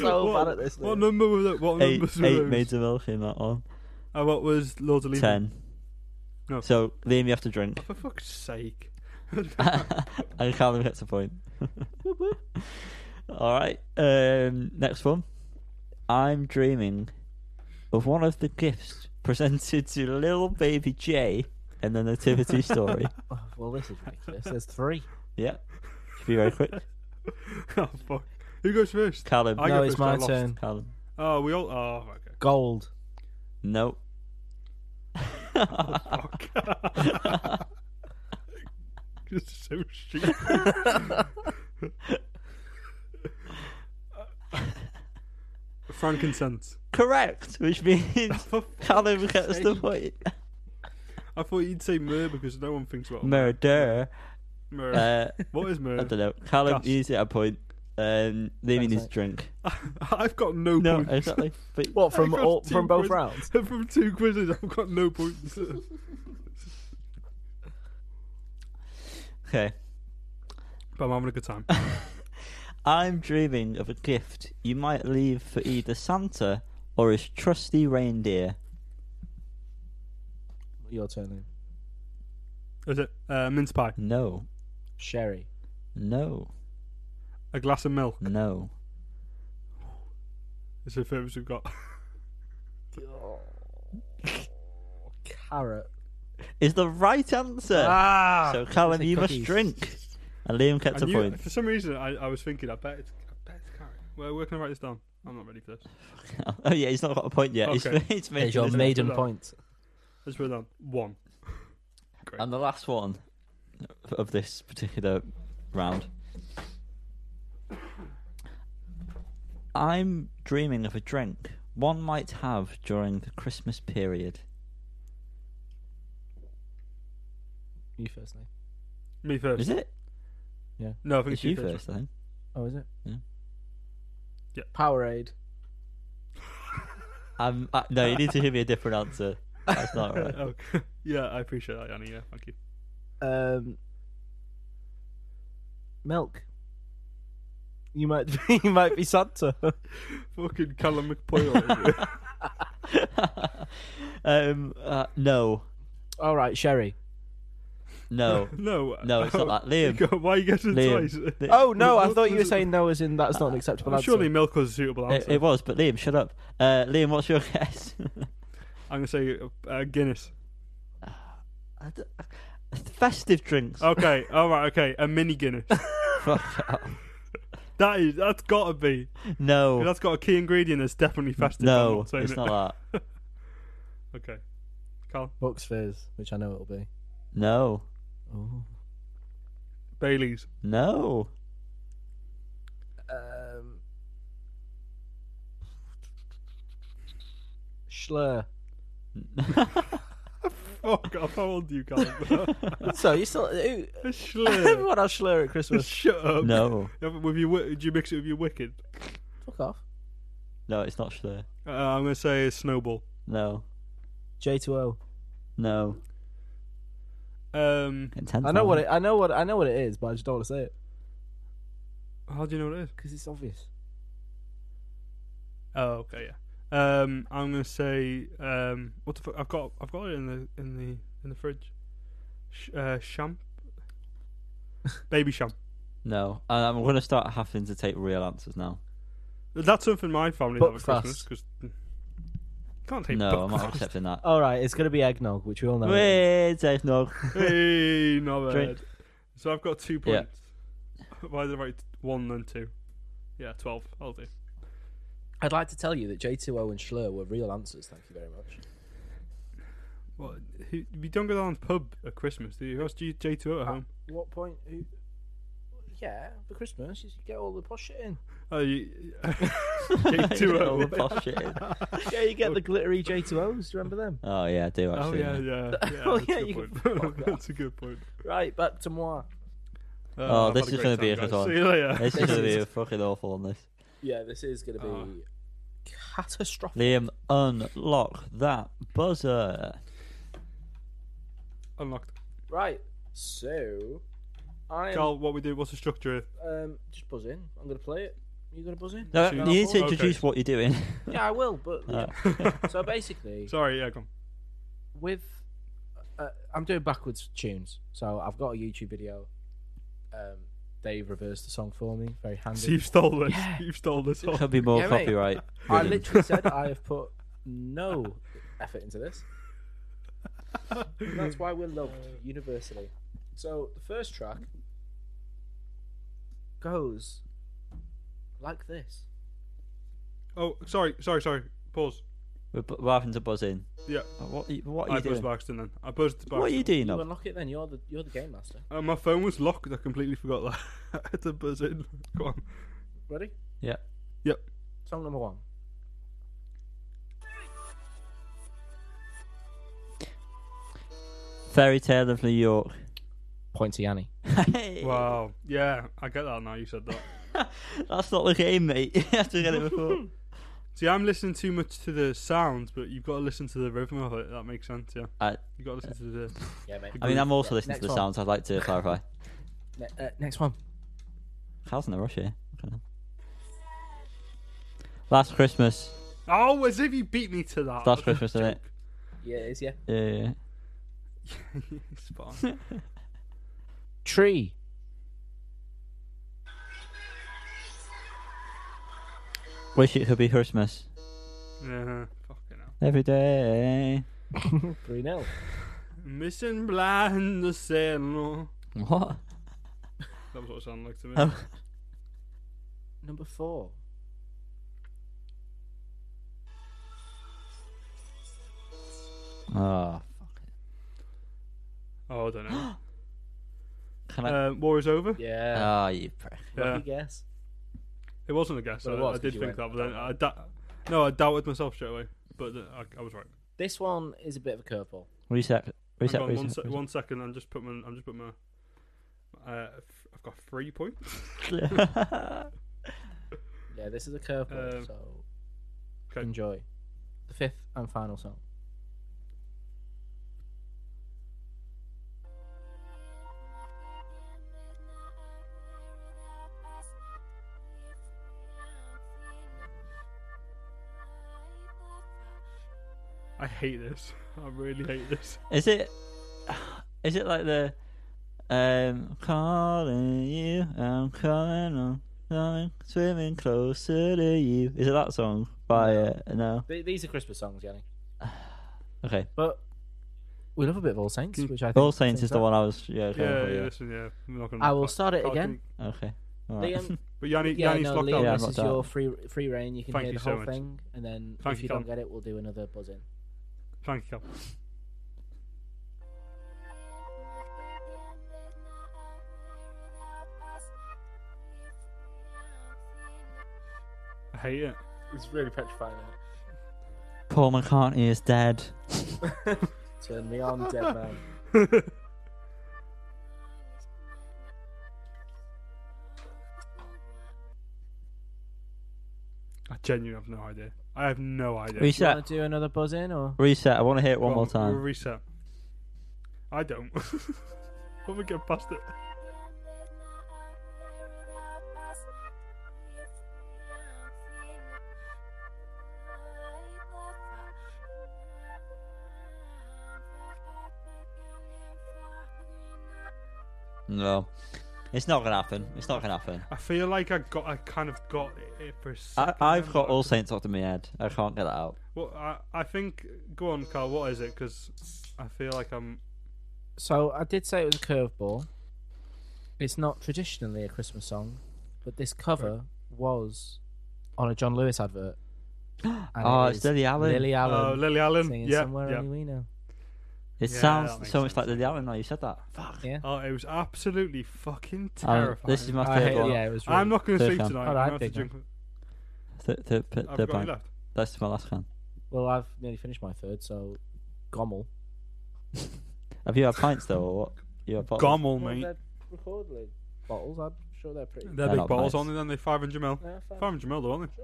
so
what,
bad at this.
What
Liam.
number was that? What
eight,
numbers were
eight
those?
maids of milk in that one.
Uh, what was Lord Leaper?
Ten.
No.
So Liam, you have to drink,
For fuck's sake. Oh,
and Callum gets a point. All right. Um, next one. I'm dreaming of one of the gifts presented to little baby Jay in the nativity story.
Oh, well, this is ridiculous. There's three.
Yeah. Should be very quick.
oh fuck. Who goes first?
Callum.
I
no,
go
it's
first, I
my
lost.
turn.
Callum.
Oh, we all. Oh, okay.
Gold.
Nope.
Oh, Just so stupid. Frankincense.
Correct, which means
For
Callum gets the
sake.
point.
I thought you'd say myrrh because no one thinks about myrrh.
Murder. Uh,
what is
I
myrrh?
don't know. Callum,
Gas.
you need to get a point. Um, Liam
Thanks,
needs a
mate.
drink.
I've got no,
No,
points.
exactly. But
What from
got
all,
two
from both
quiz-
rounds?
From two quizzes, I've got no points.
okay.
but I'm having a good time.
I'm dreaming of a gift you might leave for either Santa or his trusty reindeer.
Your turn. Liam.
Is it uh, mince pie?
No,
Sherry.
no,
A glass of milk?
no.
It's the furthest we've got.
Carrot.
Is the right answer.
Ah!
so Callum,
say
you must
cookies.
drink. And Liam gets
I
a
knew-
point.
For some reason, I, I was thinking, I bet it's, I bet it's carrot. Where, where can I write this down? I'm not ready for this.
oh yeah, he's not got a point yet. He's,
Okay.
he's making
There's your
his-
maiden
Good luck.
point.
Let's put it down. One. Great.
And the last one of this particular round. I'm dreaming of a drink one might have during the Christmas period.
You first, Nate.
Me first.
Is it?
No, I think
It's you first, I think.
Oh, is it?
Yeah.
Yeah.
Powerade.
Um, uh, no, you need to give me a different answer. That's not right.
Oh, yeah, I appreciate that, Annie. Yeah, thank you.
Um. Milk. You might be, you might be Santa.
Fucking Callum McPoyle.
um, uh, no,
All right, Sherry.
no,
no.
no, it's not that. Liam,
God, Why are you getting
Liam.
twice?
Li-
Oh no, I
what
thought you
was
were
it? Uh,
saying no, as in that's not an acceptable answer.
Surely milk was a suitable
it,
answer.
it was, but Liam, shut up. Uh, Liam, what's your guess?
I'm gonna say uh, Guinness.
I Oh. d- Festive drinks.
Okay, all right, okay. A mini Guinness.
Fuck off.
That is, that's gotta be.
no,
That's got a key ingredient that's definitely festive. I'm
Oh. no,
saying
it's
it.
not that.
Okay, Carl
Bucks Fizz, which I know it'll be.
No,
Ooh.
Bailey's.
no.
Um, Schlur.
Fuck off! Oh, How old are you, Carl?
So you still who,
A Schlur.
everyone has Schlur at Christmas?
Shut up.
no,
Yeah, but With your, wi- do you mix it with your wicked?
Fuck off.
no, it's not Schlur.
Uh, I'm gonna say snowball.
No,
J two O.
no.
Um,
Intense
I know what
man.
it. I know what. I know what it is, but I just don't want to say it
how do you know what it is?
because it's obvious.
Oh, okay, yeah. Um, I'm gonna say um, what the fuck? I've got I've got it in the in the in the fridge. Sh- uh, sham, baby sham.
No, and I'm going to start having to take real answers now.
That's something my family have at
Buckfast.
Christmas because can't take.
no, I'm not
Buckfast.
accepting that.
All right, it's gonna be eggnog, which we all know.
Wait, Dave, no.
hey, not
Drink.
bad. So I've got two
Yeah.
points. Why did I write one then two? Yeah, twelve. I'll do.
I'd like to tell you that J two O and Schlur were real answers. Thank you very much.
Well, who, you don't go down to the pub at Christmas, do you? Who else do you J two at
Uh,
home?
What point? Who? Yeah, for Christmas you should get all the posh shit in.
Oh, you,
You
J two
know,
at
posh Oh, shit is.
yeah, you get the glittery J two Os. Do you remember them?
Oh yeah, I do
Oh
actually.
yeah, yeah. yeah
Oh,
that's
yeah,
a good
you
point.
can fuck that.
that's a good point.
Right, back to moi.
Uh,
Oh,
I've
this
had a great
is gonna be
time,
a good
guys.
one.
See you later.
This is going to be a fucking awful on this.
Yeah, this is going to be
Oh.
catastrophic.
Liam, unlock that buzzer.
unlocked.
Right, so I'm
Carl, what we do? What's the structure?
um, just buzz in. I'm going to play it. You going to buzz in?
No,
Two.
you need to
Okay.
introduce what you're doing.
Yeah, I will. But
Oh.
so basically,
Sorry, yeah, go on.
with uh, I'm doing backwards tunes, so I've got a YouTube video. Um, Dave reversed the song for me. Very handy.
So you've stole this.
Yeah.
You've stole this. all.
Could be more
Yeah, mate.
copyright.
I
Liam.
literally said I have put no effort into this. And that's why we're loved universally. So the first track goes like this.
Oh, sorry, sorry, sorry. Pause.
We're, bu- we're having to buzz in.
Yeah,
Oh, What, are you- what are
I
you
buzzed
doing?
Baxton then. I buzzed Baxton.
What are you doing?
You
Up?
unlock it then. You're the you're the game master.
Uh, my phone was locked. I completely forgot that. I had to buzz in. Go on.
Ready?
Yeah.
Yep.
Song number one.
Fairy Tale of New York.
Pointy Annie.
Hey,
Wow. Yeah, I get that now. You said that.
That's not the game, mate. you have to get it before.
See, I'm listening too much to the sound, but you've got to listen to the rhythm of it. That makes sense. Yeah.
I-
You've got to listen to the.
Yeah, mate.
I mean, I'm also
Yeah,
listening
next
to the
one.
sounds. I'd like to clarify.
Ne- uh, next one.
How's in a rush here? Okay. Last Christmas.
Oh, as if you beat me to that.
Last Christmas, isn't it?
Yeah, it is. Yeah.
Yeah, yeah, yeah.
Spot on.
Tree.
Wish it could be Christmas
Yeah, Uh-huh. fucking hell.
every day.
Three 0
Missing blind the signal.
What?
That was what it sounded like to me.
Oh.
Number four.
Oh,
Oh, I don't know.
can I?
um, war is over.
Yeah.
Ah, you prick.
Yeah,
Lucky guess.
it wasn't a guess.
Well, it
I,
was,
I
'cause
did
you
think that,
went,
but then I da- no, I doubted myself straight away. But uh, I, I was right.
This one is a bit of a curveball.
Reset.
Hang
Reset.
on, one,
reset,
sec-
reset.
one second. I'm just putting. My, I'm just putting my. Uh, f- I've got three points.
Yeah, this is a curveball,
Um,
so
okay.
enjoy. The fifth and final song.
I hate this. I really hate this.
Is it? Is it like the? Um, calling you, I'm calling on, I'm swimming closer to you. Is it that song by? Uh, no.
Th- these are Christmas songs, Yanni.
Okay.
But We love a bit of All Saints,
Can-
which I think
All Saints
sings
is the
that.
one I was. Yeah,
Yeah,
going
yeah,
for, yeah.
this one, yeah. I'm not gonna
I will
can't-
start it
can't
again.
do-
Okay. All right.
Liam,
But Yanni,
yeah,
Yanni's
no,
locked
Liam,
out.
Yeah,
this
I'm
is
locked out.
your free free reign. You can
Thank
hear
you
the
so
whole
much.
thing, and then
Thank
if
you,
you don't
Tom.
get it, we'll do another buzz in.
Thank you, Cal. I hate it.
It's really petrifying. isn't it?
Paul McCartney is dead.
Turn me on, dead man.
I genuinely have no idea. I have no
Do
idea.
you
Reset.
want to do another buzz in, or
Reset. I want to hear it
Go
one
on,
more
We'll
time.
reset. I don't. When we get past it.
No. It's not going to happen. It's not going to happen.
I feel like I got. I kind of got it for a
I,
second.
I've
then, but
got
I
All
just-
Saints up to my head. I can't get that out.
Well, I, I think. Go on, Carl. What is it? Because I feel like I'm.
So I did say it was a curveball. It's not traditionally a Christmas song, but this cover was on a John Lewis advert. And
Oh,
it
it's
is
Lily Allen.
Lily
Oh,
Allen
Lily Allen.
singing
Yeah,
somewhere
yeah.
only we know.
It
Yeah, that
sounds
makes
so much
sense,
like Lily
yeah.
Allen now you said that. Fuck.
Yeah.
Oh, it was absolutely fucking
Um,
terrifying.
this is my
I
third
hate,
one.
yeah, it was. Really,
I'm not going to
Third
sleep
can.
tonight.
All
I'm
right,
gonna have to
big
drink.
Third, third, third,
I've
third
got any
pint.
left.
That's my last can.
Well, I've nearly finished my third, so Gommel.
Have you had pints though, or what? You had bottles?
Gommel, mate.
Recordly bottles. I'm sure they're pretty.
They're
They're
big
not
bottles
pints.
on them. They're 500 ml.
Yeah, fine.
500 ml, though, aren't they?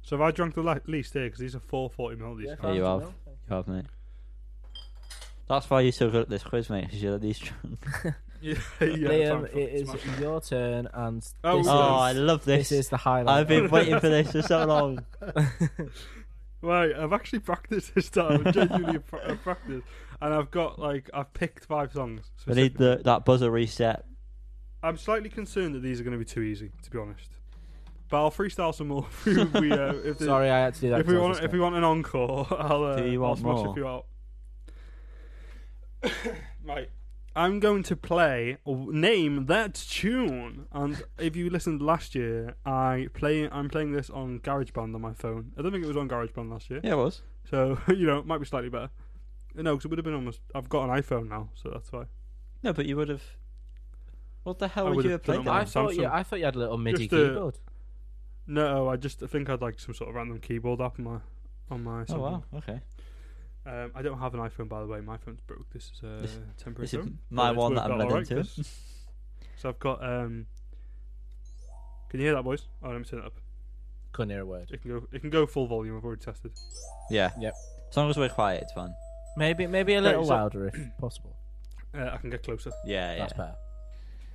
So have I drunk the la- least here? Because these are 440 ml. These.
Yeah,
Yeah,
500
you have.
mil.
You have, mate. That's why you're so good at this quiz, mate. Because you're at these. drunk.
yeah, yeah,
Liam,
time for-
it is
smash.
your turn, and
Oh,
this,
oh, I
is,
love
this
this.
is the highlight.
I've been waiting for this for so long.
Right, I've actually practiced this time. I've genuinely pra- I've practiced, and I've got like I've picked five songs.
We need
specifically.
the, that buzzer reset.
I'm slightly concerned that these are going to be too easy, to be honest. But I'll freestyle some more. if we, we, uh, if the-
Sorry, I had to do that.
if we want, if we want an encore, I'll, uh,
Do you
I'll
want
smash a
more?
few out. right, I'm going to play name that tune, and if you listened last year, I play. I'm playing this on GarageBand on my phone. I don't think it was on GarageBand last year,
Yeah, it was.
so you know it might be slightly better. No, because it would have been almost. I've got an iPhone now, so that's why.
No, but you would have. What the hell
I
would
would
you
have
have played
done it on
I
that?
my-
thought, you,
Samsung.
I thought you had a little MIDI
Just, uh,
keyboard.
No, I just think I'd like some sort of random keyboard app on my on my.
Oh
something.
wow, okay.
Um, I don't have an iPhone, by the way. My phone's broke. This is a
This-
temporary
This is
phone.
my
it's
one that
worked
I'm
out alright,
led into.
So I've got. um Can you hear that, boys? Oh, let me turn it up.
Couldn't hear a word.
It can go. It can go full volume. I've already tested.
Yeah.
Yep.
As long as we're quiet, it's fine.
Maybe, maybe a
Right,
little
so-
louder if possible.
Uh, I can get closer.
Yeah, yeah.
That's better.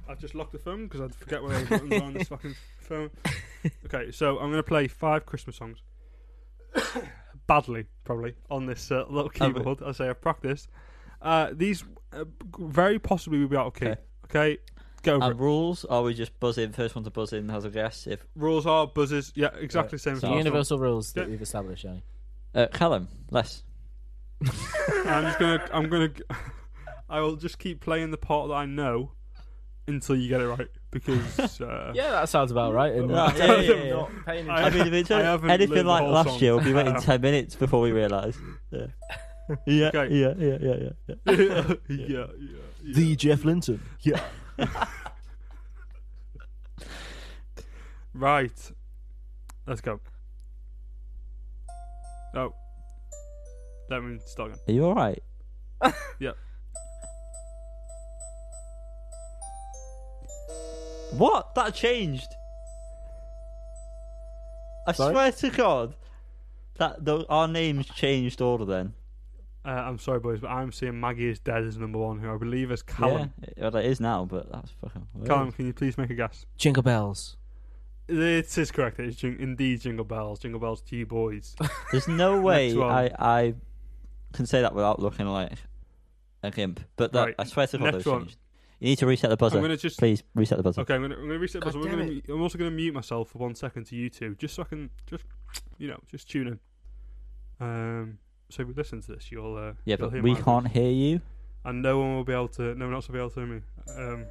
I've just locked the phone because I'd forget where all the buttons are on this fucking phone. Okay, so I'm gonna play five Christmas songs. Badly, probably on this uh, little
Oh, but-
keyboard. I say I've practiced. Uh, these uh, very possibly will be out of key. Okay,
Okay. Um,
go over
And
it.
rules are we just buzz in? First one to buzz in has a guess. If
Rules are buzzers. Yeah, exactly same. as
so
The
last one.
universal rules that
Yeah.
we've established, Johnny.
uh, Callum, less.
I'm just gonna. I'm gonna. I will just keep playing the part that I know until you get it right because uh,
Yeah, that sounds about right. isn't it?
Yeah,
I told
yeah,
you
yeah,
I'm
yeah.
not paying
I-
I mean, if it's
I haven't
anything
learned the
like
whole
last
song.
year, we'll be waiting ten minutes before we realise. Yeah. Yeah,
Okay.
yeah, yeah, yeah, yeah, yeah.
yeah, yeah, yeah.
Jeff Linton. Yeah.
right. Let's go. Oh, let me start again.
Are you all right?
Yeah.
What? That changed. I
Sorry?
swear to God, that the, our names changed order then.
Uh, I'm sorry, boys, but I'm seeing Maggie is dead as number one, who I believe is Callum.
Yeah, well, it is now, but that's fucking. Weird.
Callum, can you please make a guess?
Jingle bells.
It is correct. It is jing- indeed Jingle Bells. Jingle Bells to you, boys.
There's no way
one.
I, I can say that without looking like a gimp. But that,
Right,
I swear to God,
next
those
one.
changed. You need to reset the buzzer.
I'm gonna just
Please reset the buzzer.
Okay, I'm gonna, I'm gonna reset
God
buzzer. We're
damn
gonna, mu- I'm also gonna mute myself for one second to you two, just so I can just, you know, just tune in. Um, so if you listen to this, you'll uh, you'll
Yeah, but
hear
we
my voice.
can't hear you,
and no one will be able to. No one else will be able to hear me. Um,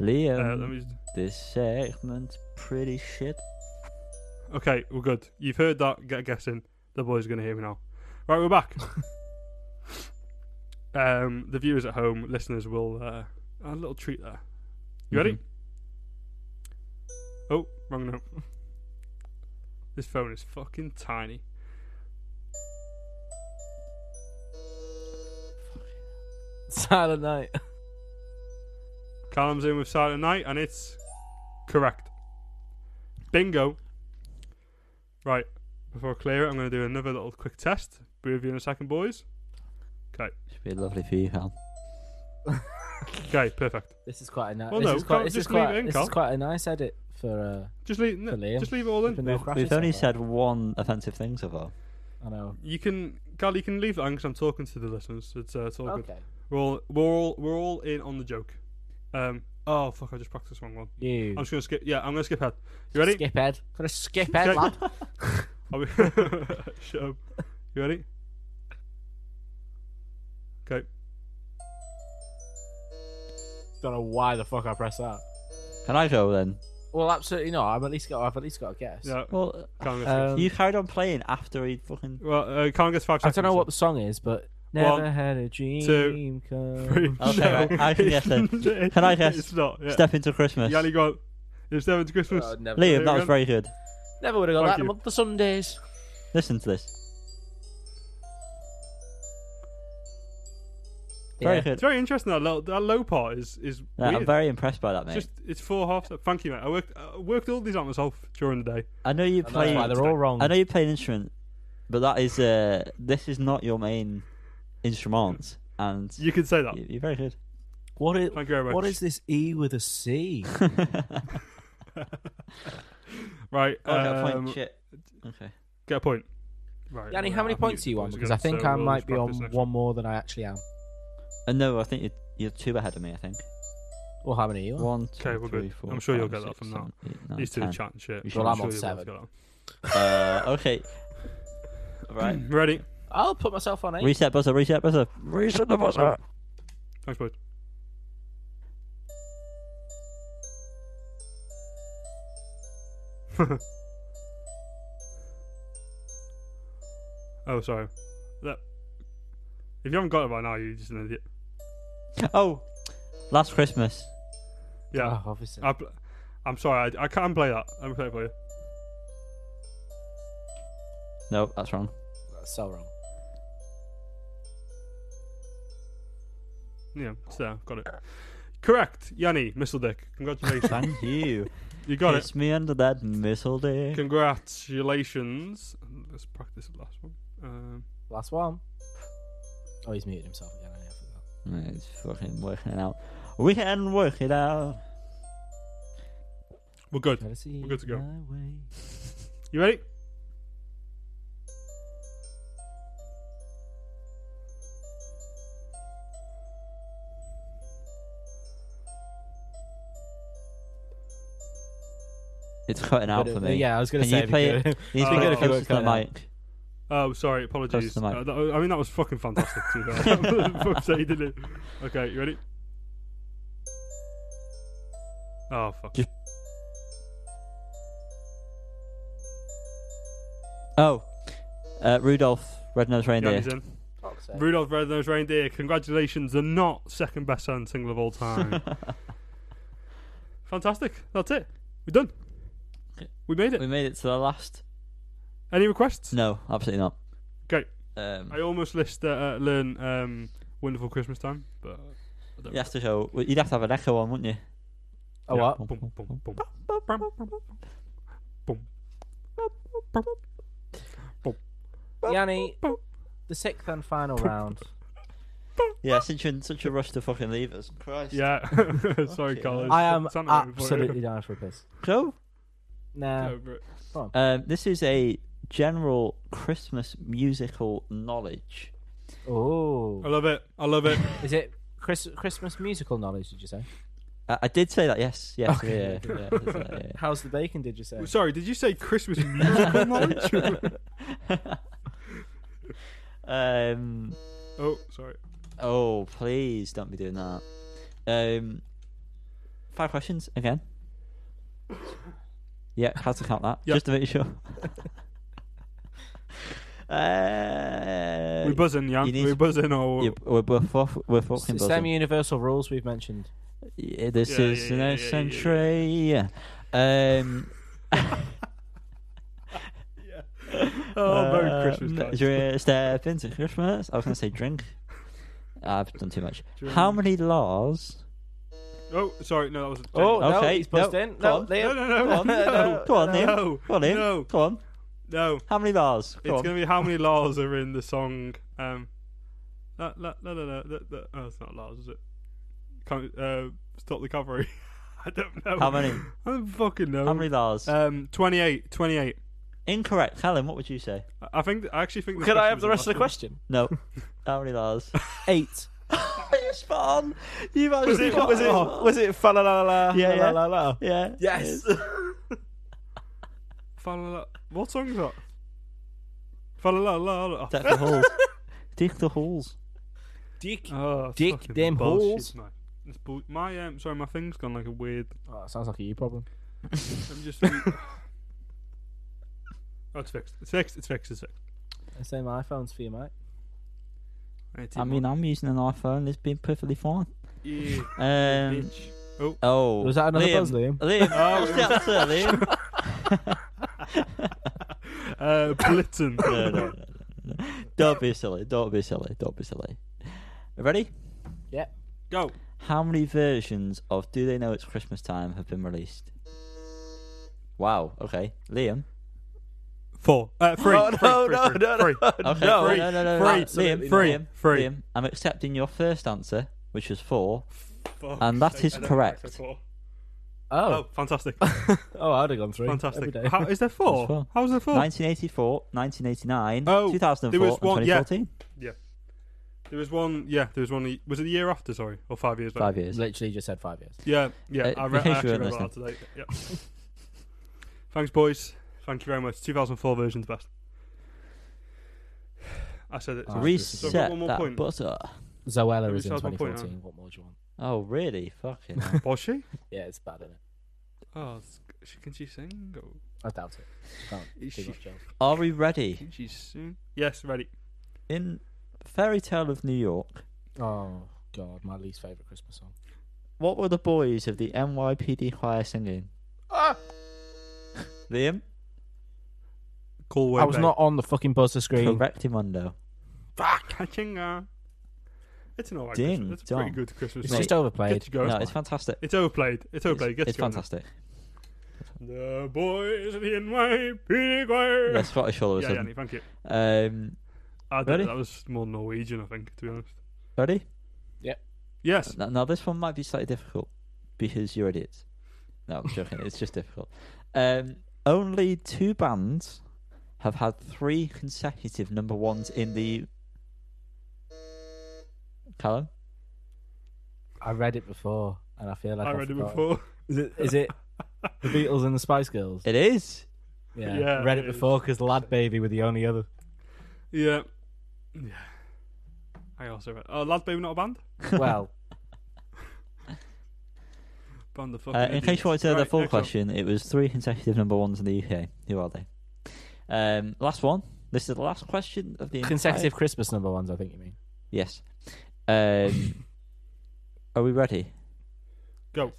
uh,
Liam.
let me. Just,
This segment's pretty shit.
okay, we're good. You've heard that. Get guessing. The boy's gonna hear me now. Right, we're back. um, the viewers at home, listeners will uh, a little treat there. You ready?
Mhm.
Oh, wrong note. This phone is fucking tiny.
Silent night.
Callum's in with Silent Night, and it's correct. Bingo. Right, before I clear it, I'm going to do another little quick test. Be with you in a second, boys.
Should be lovely for you, Hal.
Okay, perfect.
This is quite a nice.
Well,
this
no,
is quite,
can't
this is
just leave it
quite,
in,
this
Carl.
is quite a nice edit for.
Just leave, no,
For Liam.
just leave it all
Uh, for
in.
no
Leave-
crashes
We've only
so far.
said one offensive thing so far.
I know.
You can, Carl, you can leave that on because I'm talking to the listeners. It's, uh, it's all good.
Okay.
We're all, we're all, we're all in on the joke. Um, oh fuck! I just practiced wrong one.
You.
I'm just gonna skip. Yeah, I'm gonna skip ahead. Oh, You ready?
Skip head. Got a skip head,
Okay.
lad.
Are we- Shut up. You ready? Okay.
Don't know why the fuck I press that.
Can I go then?
Well, absolutely not. I'm at least got. I've at least got a guess.
Yeah.
Well,
Can't get
Um,
you carried on playing after he fucking.
Well, uh, can't guess five
I
seconds.
don't know what the song is, but
One,
never had a dream
two,
come.
Three.
Okay,
No,
I- I can
it's-
guess Can I guess?
It's not. Yeah.
Step into Christmas.
Yanni, go on. It's Devon's Christmas.
Oh, never
Liam, that
Liam.
was very good.
never would have got
Thank
that.
you.
Love the Sundays.
Listen to this. Very
Yeah.
it's
good.
very interesting. That low, that low part is is
Yeah, I'm
weird.
very impressed by that,
It's
mate.
just it's four half. step- Thank you, mate. I worked I worked all these out myself during the day.
I know you
And that's
play.
why they're all wrong.
I know you play an instrument, but that is uh, this is not your main instrument, and
You can say that.
you- you're very good.
What is,
Thank you very much.
what is this E with a C?
right?
Oh, I got a
um,
point. Shit. Okay.
Get a point. Right.
Yanni,
well,
how many
I think
points
it's
are you on?
points
Because I
again,
think
so
I
we'll
might
just
be on
practice next
one more than I actually am.
Uh, no, I think you're, you're two ahead of me. I think
Well, how many are you on?
one, two,
Oh. Okay, we're good.
three, four,
I'm sure you'll
five,
get that
six,
from
seven, eight, nine,
These two are
ten.
chatting shit.
We
Well, I'm
sure
on
you'll be able to
seven.
get that.
Uh, okay. right.
Ready?
I'll put myself on eight.
Reset buzzer. Reset buzzer. Reset the buzzer.
Thanks, boys. oh, sorry. That. If you haven't got it by now, you're just an idiot.
Oh, last Christmas.
Yeah.
Oh, obviously.
I pl- I'm sorry. I, I can't play that. Let me play it for you.
No, that's wrong.
That's so wrong.
Yeah. it's there. got it. Correct, Yanni Mistledeck. Congratulations.
Thank you.
you got it.
Kiss me under that missile day.
Congratulations. Let's practice the last one. Um,
Last one. Oh, he's muted himself again. I forgot.
It's fucking working it out. We can work it out.
we're good.
Gotta see
good to go.
my way.
You ready?
It's cutting out
But,
for
uh,
me.
Yeah, I was gonna
Can
say.
you
if
play
could-
You need to
Oh.
be
Good if
good
you
close
work
to the
it out.
mic.
Oh, sorry. Apologies.
the mic.
Uh, that was- I mean, that was fucking fantastic. to be fair. For fuck's sake, didn't it? Okay, you ready? Oh fuck!
Just- Oh, uh, Rudolph, Red-Nosed Reindeer.
Yanni's in.
Fuck's sake.
Rudolph Red Nosed Reindeer. Congratulations! They're not second best selling single of all time. Fantastic. That's it. We're done.
Okay.
We made
we
it.
made it to the last.
Any requests?
No, absolutely not.
Okay.
Um,
I almost list uh, uh, learn um, wonderful Christmas time, but I don't
you have to show. well, You'd have to have an echo on, wouldn't you?
Oh,
Yeah.
what?
Boom, boom, boom. Boom, boom.
Yanni, the sixth and final round.
Yeah, since you're in such a rush to fucking leave us. Christ.
Yeah. Sorry,
Fucking
Carl.
hell.
I am
Santa waiting for you.
absolutely down for a piss.
So,
Nah.
Over it.
Um, this is a general Christmas musical knowledge.
I
Oh,
love it. I love it.
is it Chris- Christmas musical knowledge? Did you say?
I, I did say that, yes, yes,
Okay.
yeah, yeah, I did say that,
How's the bacon? Did you say?
Sorry, did you say Christmas musical knowledge?
yeah. Um,
Oh, sorry.
oh, please don't be doing that. Um, five questions again. Yeah, how to count that?
Yep.
Just to make sure. uh,
we buzzing, yeah.
you need
We
to-
buzzing or
you- Uh, we're both off. We're
It's
fucking
the
buzzing.
semi universal rules we've mentioned.
Yeah, this
Yeah,
is
yeah,
the
yeah,
next
yeah, yeah,
century. Um,
oh, Merry
uh,
Christmas,
m-
guys.
dr- Step into Christmas. I was going to say drink. I've done too much.
Drink.
How many laws?
Oh, sorry. No, that was.
Oh,
no,
no,
Okay,
he's buzzed
no,
in.
go
No,
on.
Liam.
no, no,
Go
no,
on, go on, Liam.
no,
Go on, Liam.
no,
Go on.
no.
How many laws? Go
It's
on.
gonna be how many laws are in the song. Um, la la la la la. la, la. Oh, it's not laws, is it? Can't, uh, stop the cavalry. I don't know.
How many?
I don't fucking know.
How many laws?
Um, 28, 28.
Incorrect. Helen, what would you say?
I- I think. I actually think. this
Could I
question
have
was
the rest of the
last one.
question?
No. How many laws?
Eight.
You're spot on. You've actually
Was it?
got
Was it?
one.
Was it? Fa la la la.
Yeah,
la
yeah.
la la.
Yeah.
Yes.
Fa la la- What song is that? Oh, Fa la la la la.
Deck the halls. Deck the halls.
Dick.
Oh,
Dick
fucking
them
bullshit,
holes.
mate. It's bull- my um, sorry, my thing's gone like a weird.
Oh, that sounds like a you problem.
I'm just. oh, it's fixed. It's fixed. It's fixed. It's fixed.
I say my iPhone's for you, mate.
Right,
I mean, I'm using an iPhone. It's been perfectly fine.
yeah,
Um,
bitch.
oh.
Was that another
Liam.
buzz, Liam?
Liam,
Oh,
what's
it
the answer,
Oh,
Liam?
Uh, Blitzen.
No, no, no, no, no. Don't be silly. Don't be silly. Don't be silly. Ready?
Yeah.
Go.
How many versions of Do They Know It's Christmas Time have been released? Wow. Okay. Liam.
Four. Uh, three.
Oh,
three,
no,
three,
no,
three,
no,
three.
no,
Okay.
no.
no, no, no, no.
free,
Liam,
free,
Liam,
free.
Liam, I'm accepting your first answer, which was four.
Fuck's
And that
sake,
is
I don't think
correct.
so, four.
Oh,
Oh, fantastic.
oh, I'd have gone three. Every
Fantastic.
day.
How, is there
There's four.
four? How's there four?
1984, 1989,
Oh,
2004,
there was one-
and
yeah.
2014.
There was one. Yeah, there was one. the- Was it the year after? Sorry, or five years later?
Five years.
Literally just said five years.
Yeah, yeah.
Uh,
I,
in
re- I
case you
actually
weren't
remember that today. Yeah. Thanks, boys. Thank you very much. 2004 version's best. I said it.
Ah,
So I've got
Reset
one more
that
point.
butter.
Zoella
Let me
is in
start my point,
2014. what more do you want?
Oh, really? Fucking. hell.
Was she?
Yeah, it's bad, isn't it?
Oh, it's- she can she sing? Or
I doubt it. Can't
is
do
she?
much else.
Are we ready?
Can she sing? Yes, ready.
In Fairy Tale of New York,
Oh God, my least favorite Christmas song.
what were the boys of the NYPD choir singing?
Ah,
Liam?
Cool way.
I was not on the fucking buzzer screen.
Correctimundo.
catching her. It's an alright.
Ding
Christmas. It's a pretty
dong.
good Christmas.
It's
song.
just overplayed.
Get your go.
no,
It's,
it's fantastic.
overplayed. It's overplayed.
It's,
Get
it's
your go.
fantastic.
The boys in my PD choir.
Yeah, Scottish all of a
yeah, yeah,
sudden.
Nick, thank you.
um,
I don't
Ready?
know, that was more Norwegian, I think, to be honest.
ready?
Yes.
Now, now, this one might be slightly difficult because you're idiots. No, I'm joking. it's just difficult. Um, only two bands have had three consecutive number ones in the. Callum?
I read it before, and I feel like
I
I've
read it
forgotten.
before.
Is it, is it the Beatles and the Spice Girls?
It is.
yeah,
Yeah,
read
it
it
is.
before because Lad Baby were the only other.
Yeah. Yeah. I also read. Oh, Lad Baby Not a Band?
Well,
Band of fucking.
Uh, in case
idiots.
you wanted to know the
Right,
full
next one.
question, it was three consecutive number ones in the UK. Who are they? Um, last one. This is the last question of the entire-
consecutive Christmas number ones. I think you mean.
Yes. Um, are we ready?
Go.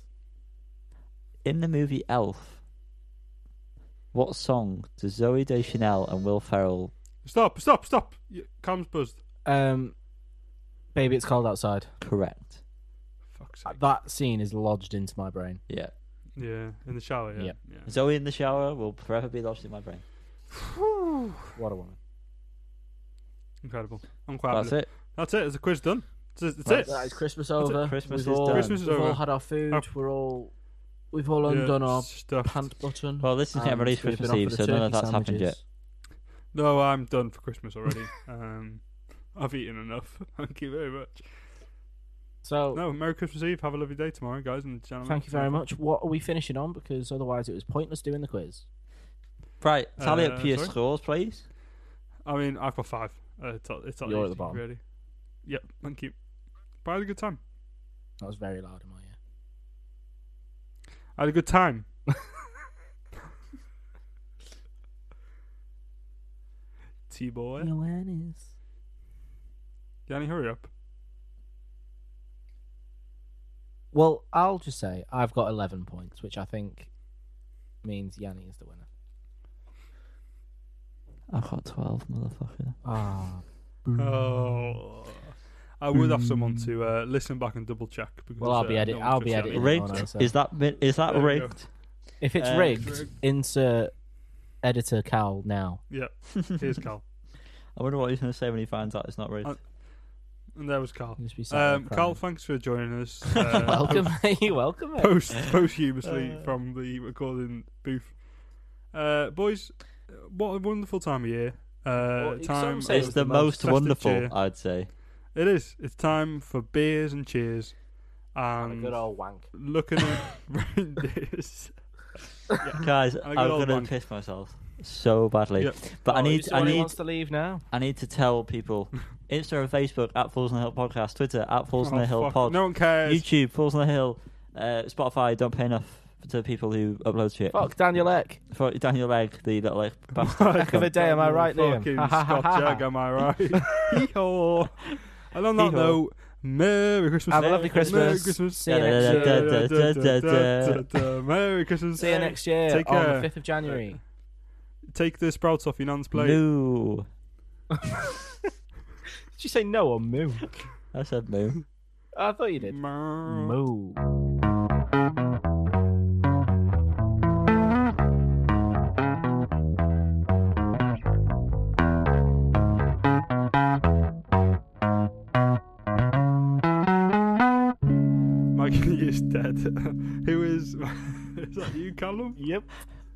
In the movie Elf, what song do Zoe Deschanel and Will Ferrell?
Stop, stop, stop. Y- Cam's buzzed.
Um, baby, it's cold outside.
Correct.
Fuck's sake.
That scene is lodged into my brain.
Yeah.
Yeah, in the shower, yeah.
Yep.
yeah.
Zoe in the shower will forever be lodged in my brain.
What a woman!
Incredible. I'm quite
That's
happy.
it.
That's it. It's a quiz done. That's, that's
That's-
it.
That is Christmas
That's it,
over.
Christmas
we've
is
all,
done.
Christmas is
we've
over.
all had our food.
Our-
We're all we've all undone
yeah,
our
stuff.
pant button.
Well, this is getting
and
released
Um, we've been
Christmas
offered
Eve,
a
so none of
turkey
that's happened yet.
sandwiches.
No, I'm done for Christmas already. um, I've eaten enough. Thank you very much.
So
No, Merry Christmas Eve. Have a lovely day tomorrow, guys and gentlemen.
thank you very much. What are we finishing on? Because otherwise, it was pointless doing the quiz.
Right, tally up
Uh,
your
sorry?
scores, please.
I mean, I've got five. Uh, it's not, it's not
You're at
easy,
the bottom.
Really. Yep, thank you. But I had a good time.
That was very loud in my ear.
I had a good time. T boy.
Johannes.
Danny, hurry up.
Well, I'll just say I've got 11 points, which I think means Yanni is the winner.
I got 12, motherfucker.
Ah,
Oh. I would have someone to uh, listen back and double check. Because,
Well, I'll
uh,
be edit-
no one's
I'll be
gonna see
editing.
that.
Oh,
Rigged?
no, so-
is that bit? Is that
There we go.
rigged?
if it's
Uh,
it's
rigged,
rigged.
insert editor Cal now.
Here's Cal.
I wonder what he's going to say when he finds out it's not rigged.
Uh, And there was Carl.
He'll just be sat there
Um, Carl,
crying.
thanks for joining us. Uh,
welcome, you welcome. mate.
Post posthumously
Uh.
from the recording booth. Uh, boys, what a wonderful time of year. Uh,
Well, some
time
say
of
it's the most
festive
wonderful,
cheer.
I'd say.
It is. It's time for beers and cheers.
And a
And
good old wank.
looking at reindeers.
Guys,
I
I'm
got all
going
blank.
to piss myself so badly.
Yep.
But I
Oh,
need,
is
I
somebody
need,
wants to leave now.
I need to tell people: Insta and Facebook at Fools on the Hill Podcast, Twitter at Fools on
Oh,
the Hill
fuck.
Pod,
No one cares.
YouTube Fools on the Hill, uh, Spotify. Don't pay enough to people who upload shit.
Fuck Daniel Eck.
For Daniel Egg, the little Egg bastard.
Back
of the day, am I right, Liam?
Fucking
Ha, ha, ha,
Scott
ha.
Jag, am I right? Hee-haw. And on that
Hee-haw.
note, Merry Christmas.
Have a lovely
Merry
Christmas.
Christmas.
See you next year.
Da, da, da, da, da, da,
Merry Christmas.
See you next year
Take
on
care.
the 5th of January.
Take the sprouts off your nan's plate.
No,
Did you say no or moo?
I said no.
I thought you did.
Mer-
Moo.
Maggie is dead. Who is? Is that you, Callum?
Yep.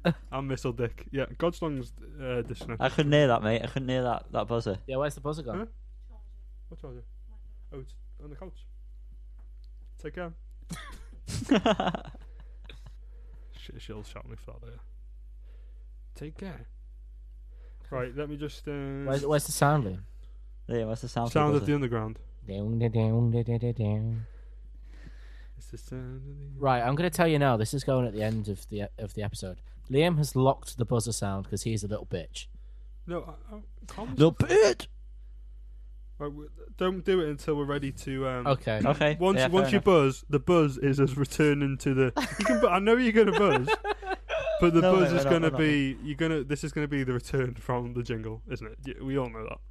I'm Missile Dick. Yeah, Godslong's uh, dishing.
I couldn't hear that, mate. I couldn't hear that that buzzer.
Yeah, where's the buzzer gone?
Huh? What charger? Oh, it's on the couch. Take care. She, she'll shout me for that later. Take care. Right, let me just. Uh,
Where's, where's the sound loom?
yeah, what's the sound?
sound
of
of
the
the
buzzer?
underground.
Down, da, down, da, da, da, down.
It's the sound of the.
Right, I'm going to tell you now. This is going at the end of the of the episode. Liam has locked the buzzer sound because he's a little bitch.
No, I, I, calm
Little
yourself.
bit.
Right, we- don't do it until we're ready to. Um,
Okay.
Okay.
Once
yeah,
once
fair
you
enough.
buzz, the buzz is us returning to the. You can, bu- I know you're gonna buzz, but the
No,
buzz
no,
is
no, no,
gonna
no, no.
be. You're gonna. This is gonna be the return from the jingle, isn't it? Y- We all know that.